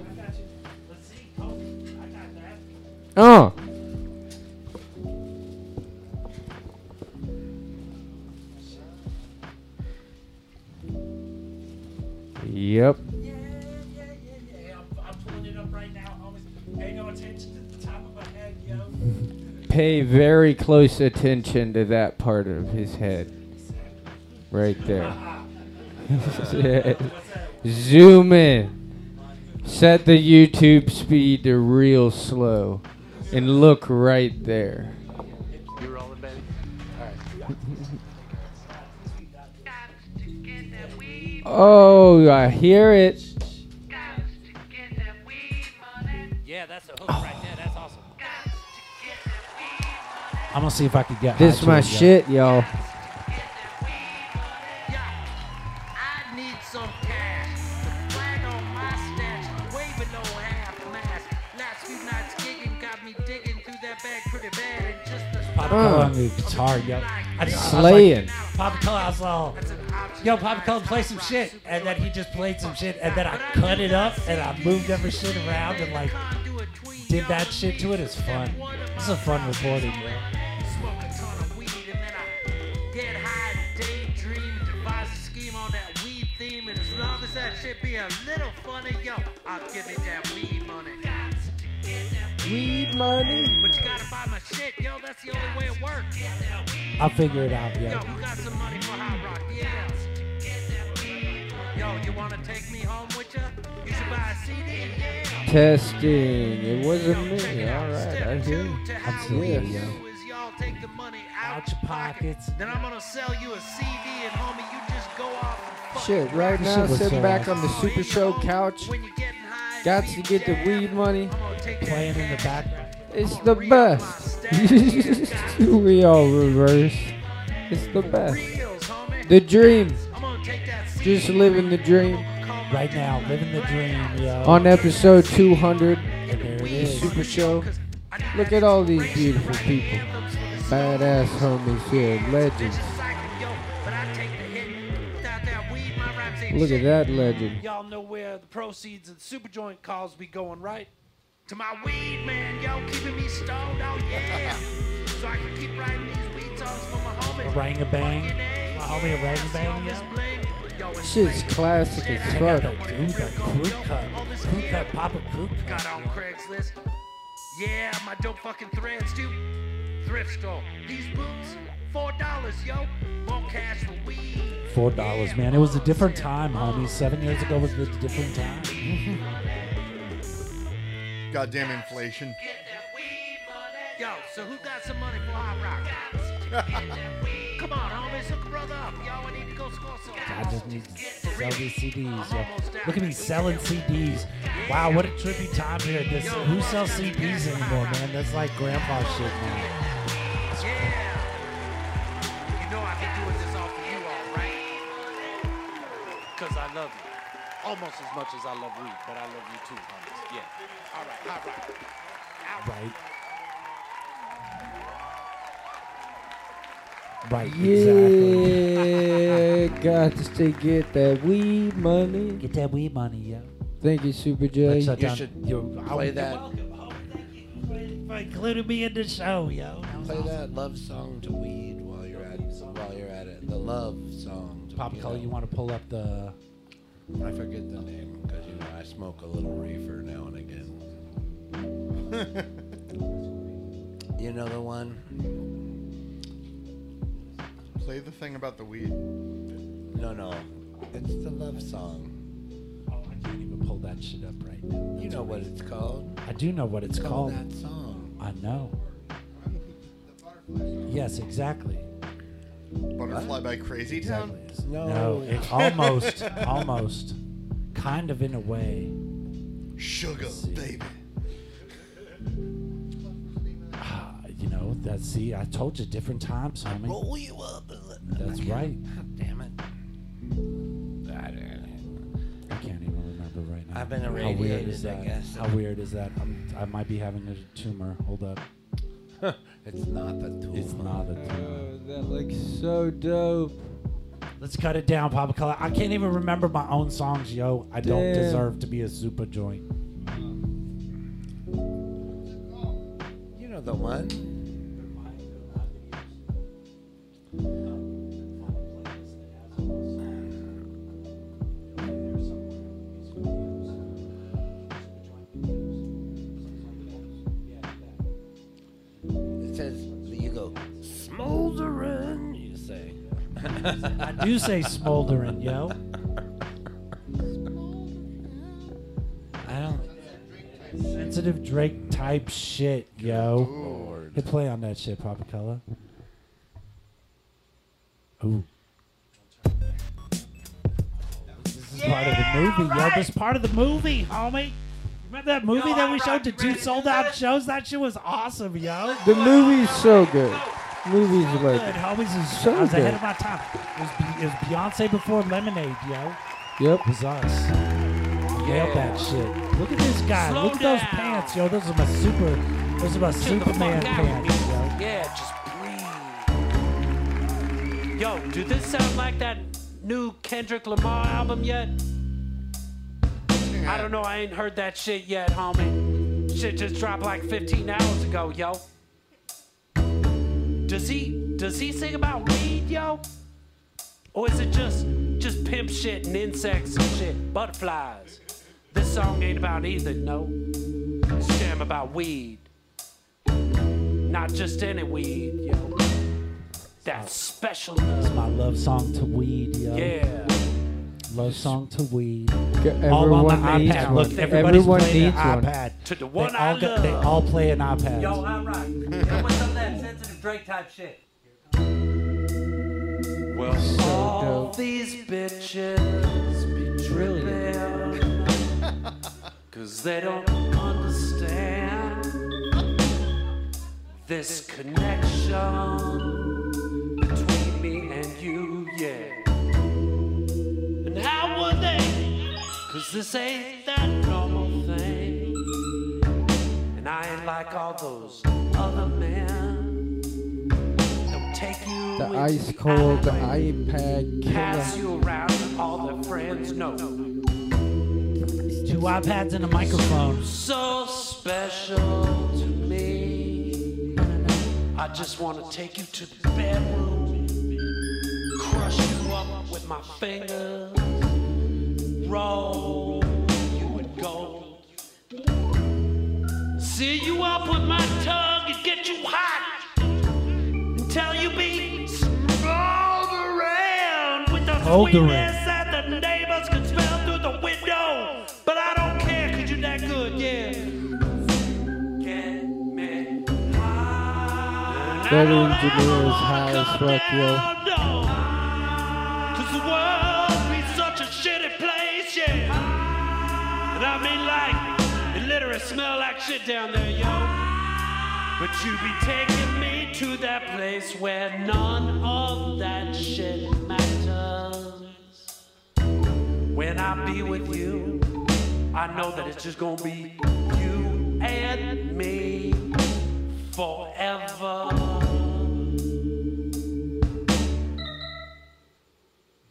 Oh, yep.
Pay no attention to the top of my head, yo.
Pay very close attention to that part of his head, right there. Zoom in. Set the YouTube speed to real slow, and look right there.
You rolling, baby?
Oh, I hear it.
Yeah, that's a hook right there. That's awesome.
I'm gonna see if I could get.
This
high
my
to it, yo.
shit, y'all.
I need some cash. The flag on my stash, way below half mask. Last few nights gigging got me digging through that bag pretty bad. And just the
Papa
Uh.
Colo on the guitar, yo. I just,
Slaying.
I was like, Papa Colo, I was all, yo, Papa Colo, play some shit. And then he just played some shit. And then I cut it up and I moved every shit around and like did that shit to it. It's fun. It's a fun recording, yo.
smoke a ton of weed and then I get high and daydream and devise a scheme on that weed theme. And as long as that shit be a little funny, yo, I'll give it that weed money.
Weed money.
But you gotta buy my shit, yo. That's the only way it works.
I'll figure it out, yo.
Yo, you got some money for Hot Rock, yeah. Yo, you wanna take me home with ya? You should buy a CD, yeah.
Testing. It wasn't me. All right, I hear. you. Yes.
Is y'all take the money out,
your pockets.
Then I'm gonna sell you a CD, and homie, you just go off and
Shit, right
This
now,
shit was
sitting
so
back
uh,
awesome.
on the Super Show couch. Got to get the weed money.
Playing in the background.
It's the best. we all reverse. It's the best. The dream. Just living the dream.
Right now, living the dream, yo.
On episode 200,
There it
the
is.
Super Show. Look at all these beautiful people. Badass homies here, legends. Look at that legend.
Y'all know where the proceeds of the super joint calls be going, right? To my weed man, yo, keeping me stoned, oh yeah. so I can keep writing these weed songs for my homie.
Rang a bang. My homie, rang a bang, yo.
Shit's classic as
I got
fuck.
the dude, the crew cut. Crew cut, Papa crew cut.
Got on Craigslist. Yeah, my dope fucking threads too. Thrift store. These boots, four dollars, yo. More cash for weed.
Four dollars, man. It was a different time, homie. Seven years ago was a different time.
Goddamn inflation.
Yo, so who got some money for Hot Rock? Come on, homies, hook a brother up, yo. I need to go score some.
I just need to sell these CDs, yo. Look at me selling CDs. Wow, what a trippy time here. This who sells CDs anymore, man? That's like grandpa shit now.
You know I can do this all for you, all right? Cause I love you. Almost as much as I love weed, but I love you too, homies. Yeah. All right, Hot Rock.
Right. Right,
Yeah, got to get that weed money.
Get that weed money, yo.
Thank you, Super J.
Let's shut down- You should
you
play that.
for including me in the show, yo.
Play that love song to weed while you're at while you're at it. The love song. To
Pop
weed.
color, you want to pull up the.
I forget the name because you know I smoke a little reefer now and again. you know the one.
Play the thing about the weed.
No, no, it's the love song. Oh, I can't even pull that shit up right now. You know what it's called?
I do know what it's,
It's
called.
called that song.
I know. Yes, exactly.
Butterfly by Crazy Town.
No, it almost, almost, kind of in a way.
Sugar baby.
Ah, You know that. See, I told you different times, homie.
Roll you up. and let-
That's
I can't-
right.
God damn it. I
I can't even remember right now.
I've been
How weird
irradiated,
is
I
that?
guess.
How weird is that? I'm, I might be having a tumor. Hold up.
it's not the tumor.
It's not a tumor.
That looks so dope.
Let's cut it down, Papa Color. I can't even remember my own songs, yo. I don't
Damn.
deserve to be a super joint.
You know the one. It says you go smoldering. You say.
I do say smoldering, yo. I don't. Sensitive Drake type shit, yo. Hit play on that shit, Papa Color. Ooh. This is part of the movie, yo. This part of the movie, homie. Remember that movie that we showed to two sold out shows? That shit was awesome, yo.
The movie's so good. Movie's like
Good, homies. It was-
so
I was ahead
good.
of my time. It was, Be- it was Beyonce before Lemonade, yo.
Yep.
It was us. Nailed that shit. Look at this guy. Look at those pants, yo. Those are my super. Those are my Superman pants, yo.
Yeah, just breathe. Yo, do this sound like that new Kendrick Lamar album yet? I don't know, I ain't heard that shit yet, homie. Shit just dropped like 15 hours ago, yo. Does he does he sing about weed, yo? Or is it just just pimp shit and insects and shit, butterflies? This song ain't about either, no. It's a jam about weed. Not just any weed, yo. That special
It's my love song to weed, yo.
Yeah.
Love song to weed. all on
everyone
the
needs
iPad.
one.
Look, everybody's
Everyone
playing
needs
an
one.
iPad.
To the one
they
I
all got- they
love.
all play an iPad.
Yo, I'm right. Yo, what's up that sensitive Drake type shit?
Well, so
All
dope.
these bitches be tripping. Cause they don't understand this connection between me and you, yeah. And how would they? Cause this ain't that normal thing. And I ain't like all those other men. They'll take you
The
into
ice cold, the iPad
pass
killer.
you around and all their friends know.
Two iPads and a microphone.
So special to me. I just want to take you to the bedroom, crush you up with my fingers, roll you in gold. See you up with my tongue and get you hot until you be smoldering with the
Smoldering.
sweetness that the neighbors can smell through the window. But I don't care because you're that good, yeah. Get me
That engineer is high as fuck, yo.
Cause the world be such a shitty place, yeah. And I mean, like, it literally smell like shit down there, yo. But you be taking me to that place where none of that shit matters. When I be with you, I know that it's just gonna be you and me forever.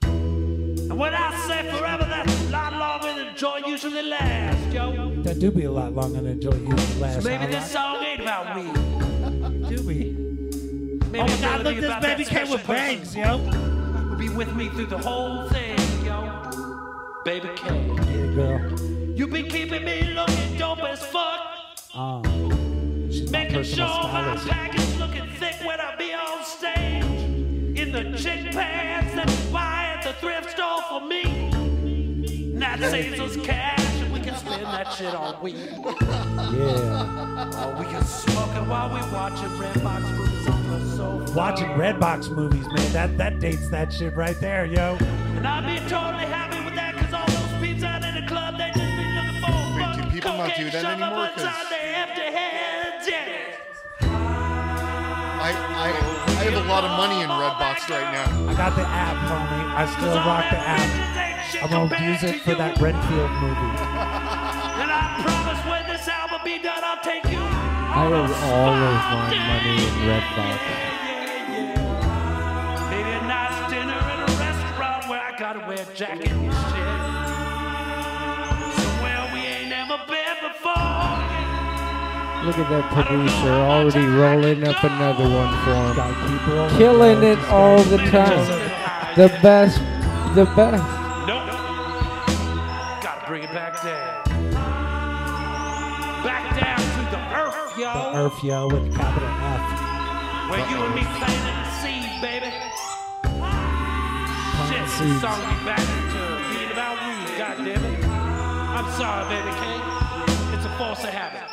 And when I say forever, that's a lot longer than joy usually till it lasts, yo.
That do be a lot longer than Joy Houston last.
Maybe
hour.
this song ain't about me. Do we? Maybe
Oh my God,
it's gonna
look,
be
this
about
baby
that
came
special
with bangs,
person who Be with me through the whole thing, yo. Baby K.
Yeah, girl.
You be keeping me looking dope as fuck.
Oh, she's my
Making sure
personal
my
stylist.
package looking thick when I be on stage. In the chick pants that you buy at the thrift store for me. Not saves us cash and we can spend that shit all week.
Yeah.
Or we can smoke it while we watching Redbox movies on the sofa.
Watching Redbox movies, man. That that dates that shit right there, yo.
And I'll be totally happy with that because all those peeps out in the club, they just be looking for a fucking Do people not do that anymore? their empty heads, yeah.
I, I, I have a lot of money in Redbox right now.
I got the app, homie. I still rock the app. I'm gonna use it for that Renfield movie.
And I promise when this album be done, I'll take you.
I owe all of my money in Redbox.
Maybe a nice dinner at a restaurant where I gotta wear a jacket and shit. Somewhere we ain't ever been before.
Look at that producer already rolling up another one for
him.
Killing it all the time. The best, the best.
Gotta bring it back down. Back down to the earth, yo.
The Earth, yo, with capital F.
Where you and me planted the seed, baby. Shit,
seeds.
this song be back to being about weed, goddammit. I'm sorry, baby K. It's a force of habit.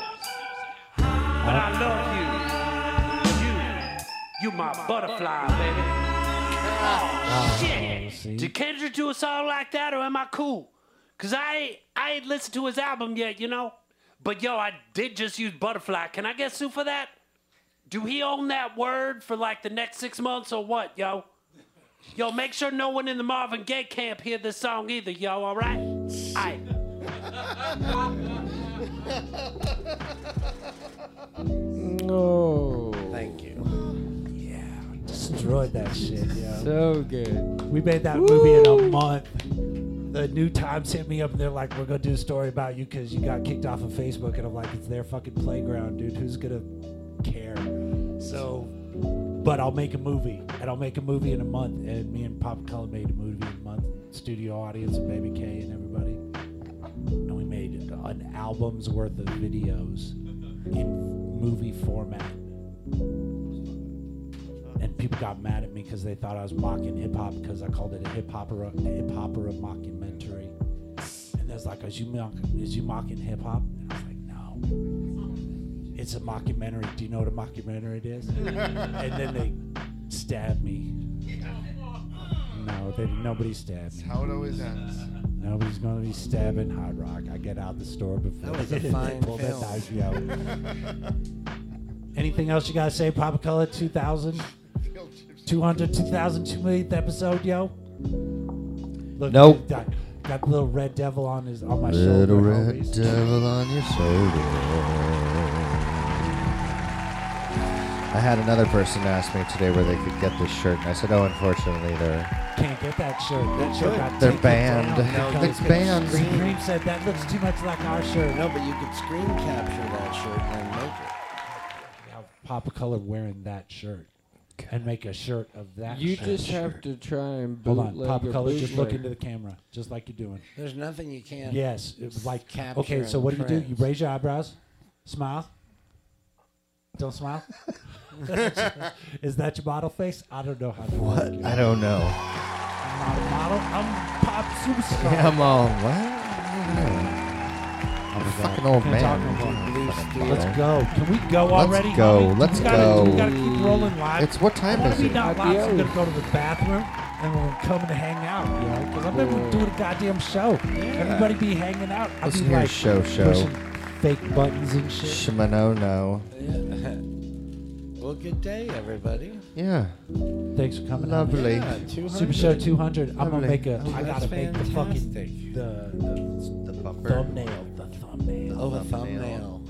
But I love you. You, you my butterfly, Ah, baby.
Ah.
Oh, shit. Did Kendrick do a song like that, or am I cool? Cause I ain't- I ain't listened to his album yet, you know. But yo, I did just use butterfly. Can I get sued for that? Do he own that word for like the next six months or what, yo? Yo, make sure no one in the Marvin Gaye camp hear this song either, yo, alright? Aight.
Oh.
Thank you.
Destroyed that shit, yo.
So good.
We made that movie in a month. The New Times hit me up and they're like, "We're gonna do a story about you because you got kicked off of Facebook." And I'm like, "It's their fucking playground, dude. Who's gonna care?" So, but I'll make a movie, and I'll make a movie in a month. And me and Pop Cullen made a movie in a month. Studio audience, and Baby K, and everybody. And we made an album's worth of videos in movie format and people got mad at me because they thought I was mocking hip hop because I called it a hip hopera, a hip hopera mockumentary. And there's like, "Is you mock, is you mocking hip hop?" And I was like, "No, it's a mockumentary. Do you know what a mockumentary is?" and then they stabbed me. No, they, nobody stabbed me.
How it always ends.
Nobody's gonna be stabbing Hard Rock. I get out the store before
That was a
they
fine
pull that
film.
knife, yo. Anything else you gotta say, Papa Color? 2000, 200, 2000, 2 millionth episode, yo. Look,
Nope.
Got, got the little red devil on his on my
Little
shoulder.
red
homies.
devil on your shoulder. I had another person ask me today where they could get this shirt, and I said, "Oh, unfortunately, they're
Can't get that shirt. That shirt got
They're
taken
banned.
down
No,
because
they're banned.
Supreme said that looks too much like our shirt.
No, but you could screen capture that shirt and then make it.
Papa Color wearing that shirt and make a shirt of that.
You
shirt.
just have to try and
Hold on,
bootleg
Papa
or
Color, just look
bootleg.
into the camera, just like you're doing.
There's nothing you can't.
Yes, it was like
capture.
Okay, so
and
what do you do?
print.
You raise your eyebrows, smile. Don't smile. Is that your model face? I don't know how to. What?
I don't know."
Oh I'm not a model. I'm pop superstar.
Yeah, I'm all what? I'm a fucking old man.
Let's go. Can we go
Let's
already?
go,
homie?
let's
we gotta,
go.
We gotta keep rolling live.
It's- what time
I wanna
is
be
it?
Not live, so I'm
Adios.
gonna go to the bathroom and we're gonna come and hang out, you know? Because I've been doing a goddamn show. Everybody be hanging out. I'll
Listen
be
here,
like
show, show.
pushing fake buttons and shit.
Shimano, no.
Well, good day, everybody.
Yeah.
Thanks for coming.
Lovely.
Yeah, 200.
Super Show 200. I'm gonna
Lovely.
make a.
Oh,
I gotta
that's
make the fucking the
fantastic.
the, the thumbnail. The thumbnail.
Oh, a thumbnail.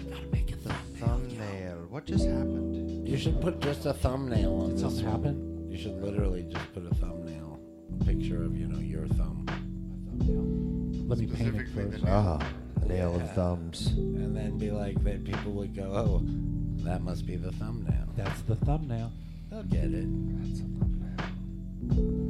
Thumbnail. What just happened?
You should put just a thumbnail on
Did
this
something
one.
happen?
You should literally just put a thumbnail, a picture of you know your thumb.
Let me paint it first.
Ah, nail and thumbs. And then be like that. People would go, "Oh, that must be the thumbnail."
That's the thumbnail.
They'll get it. Mm-hmm. Mm-hmm. Oh.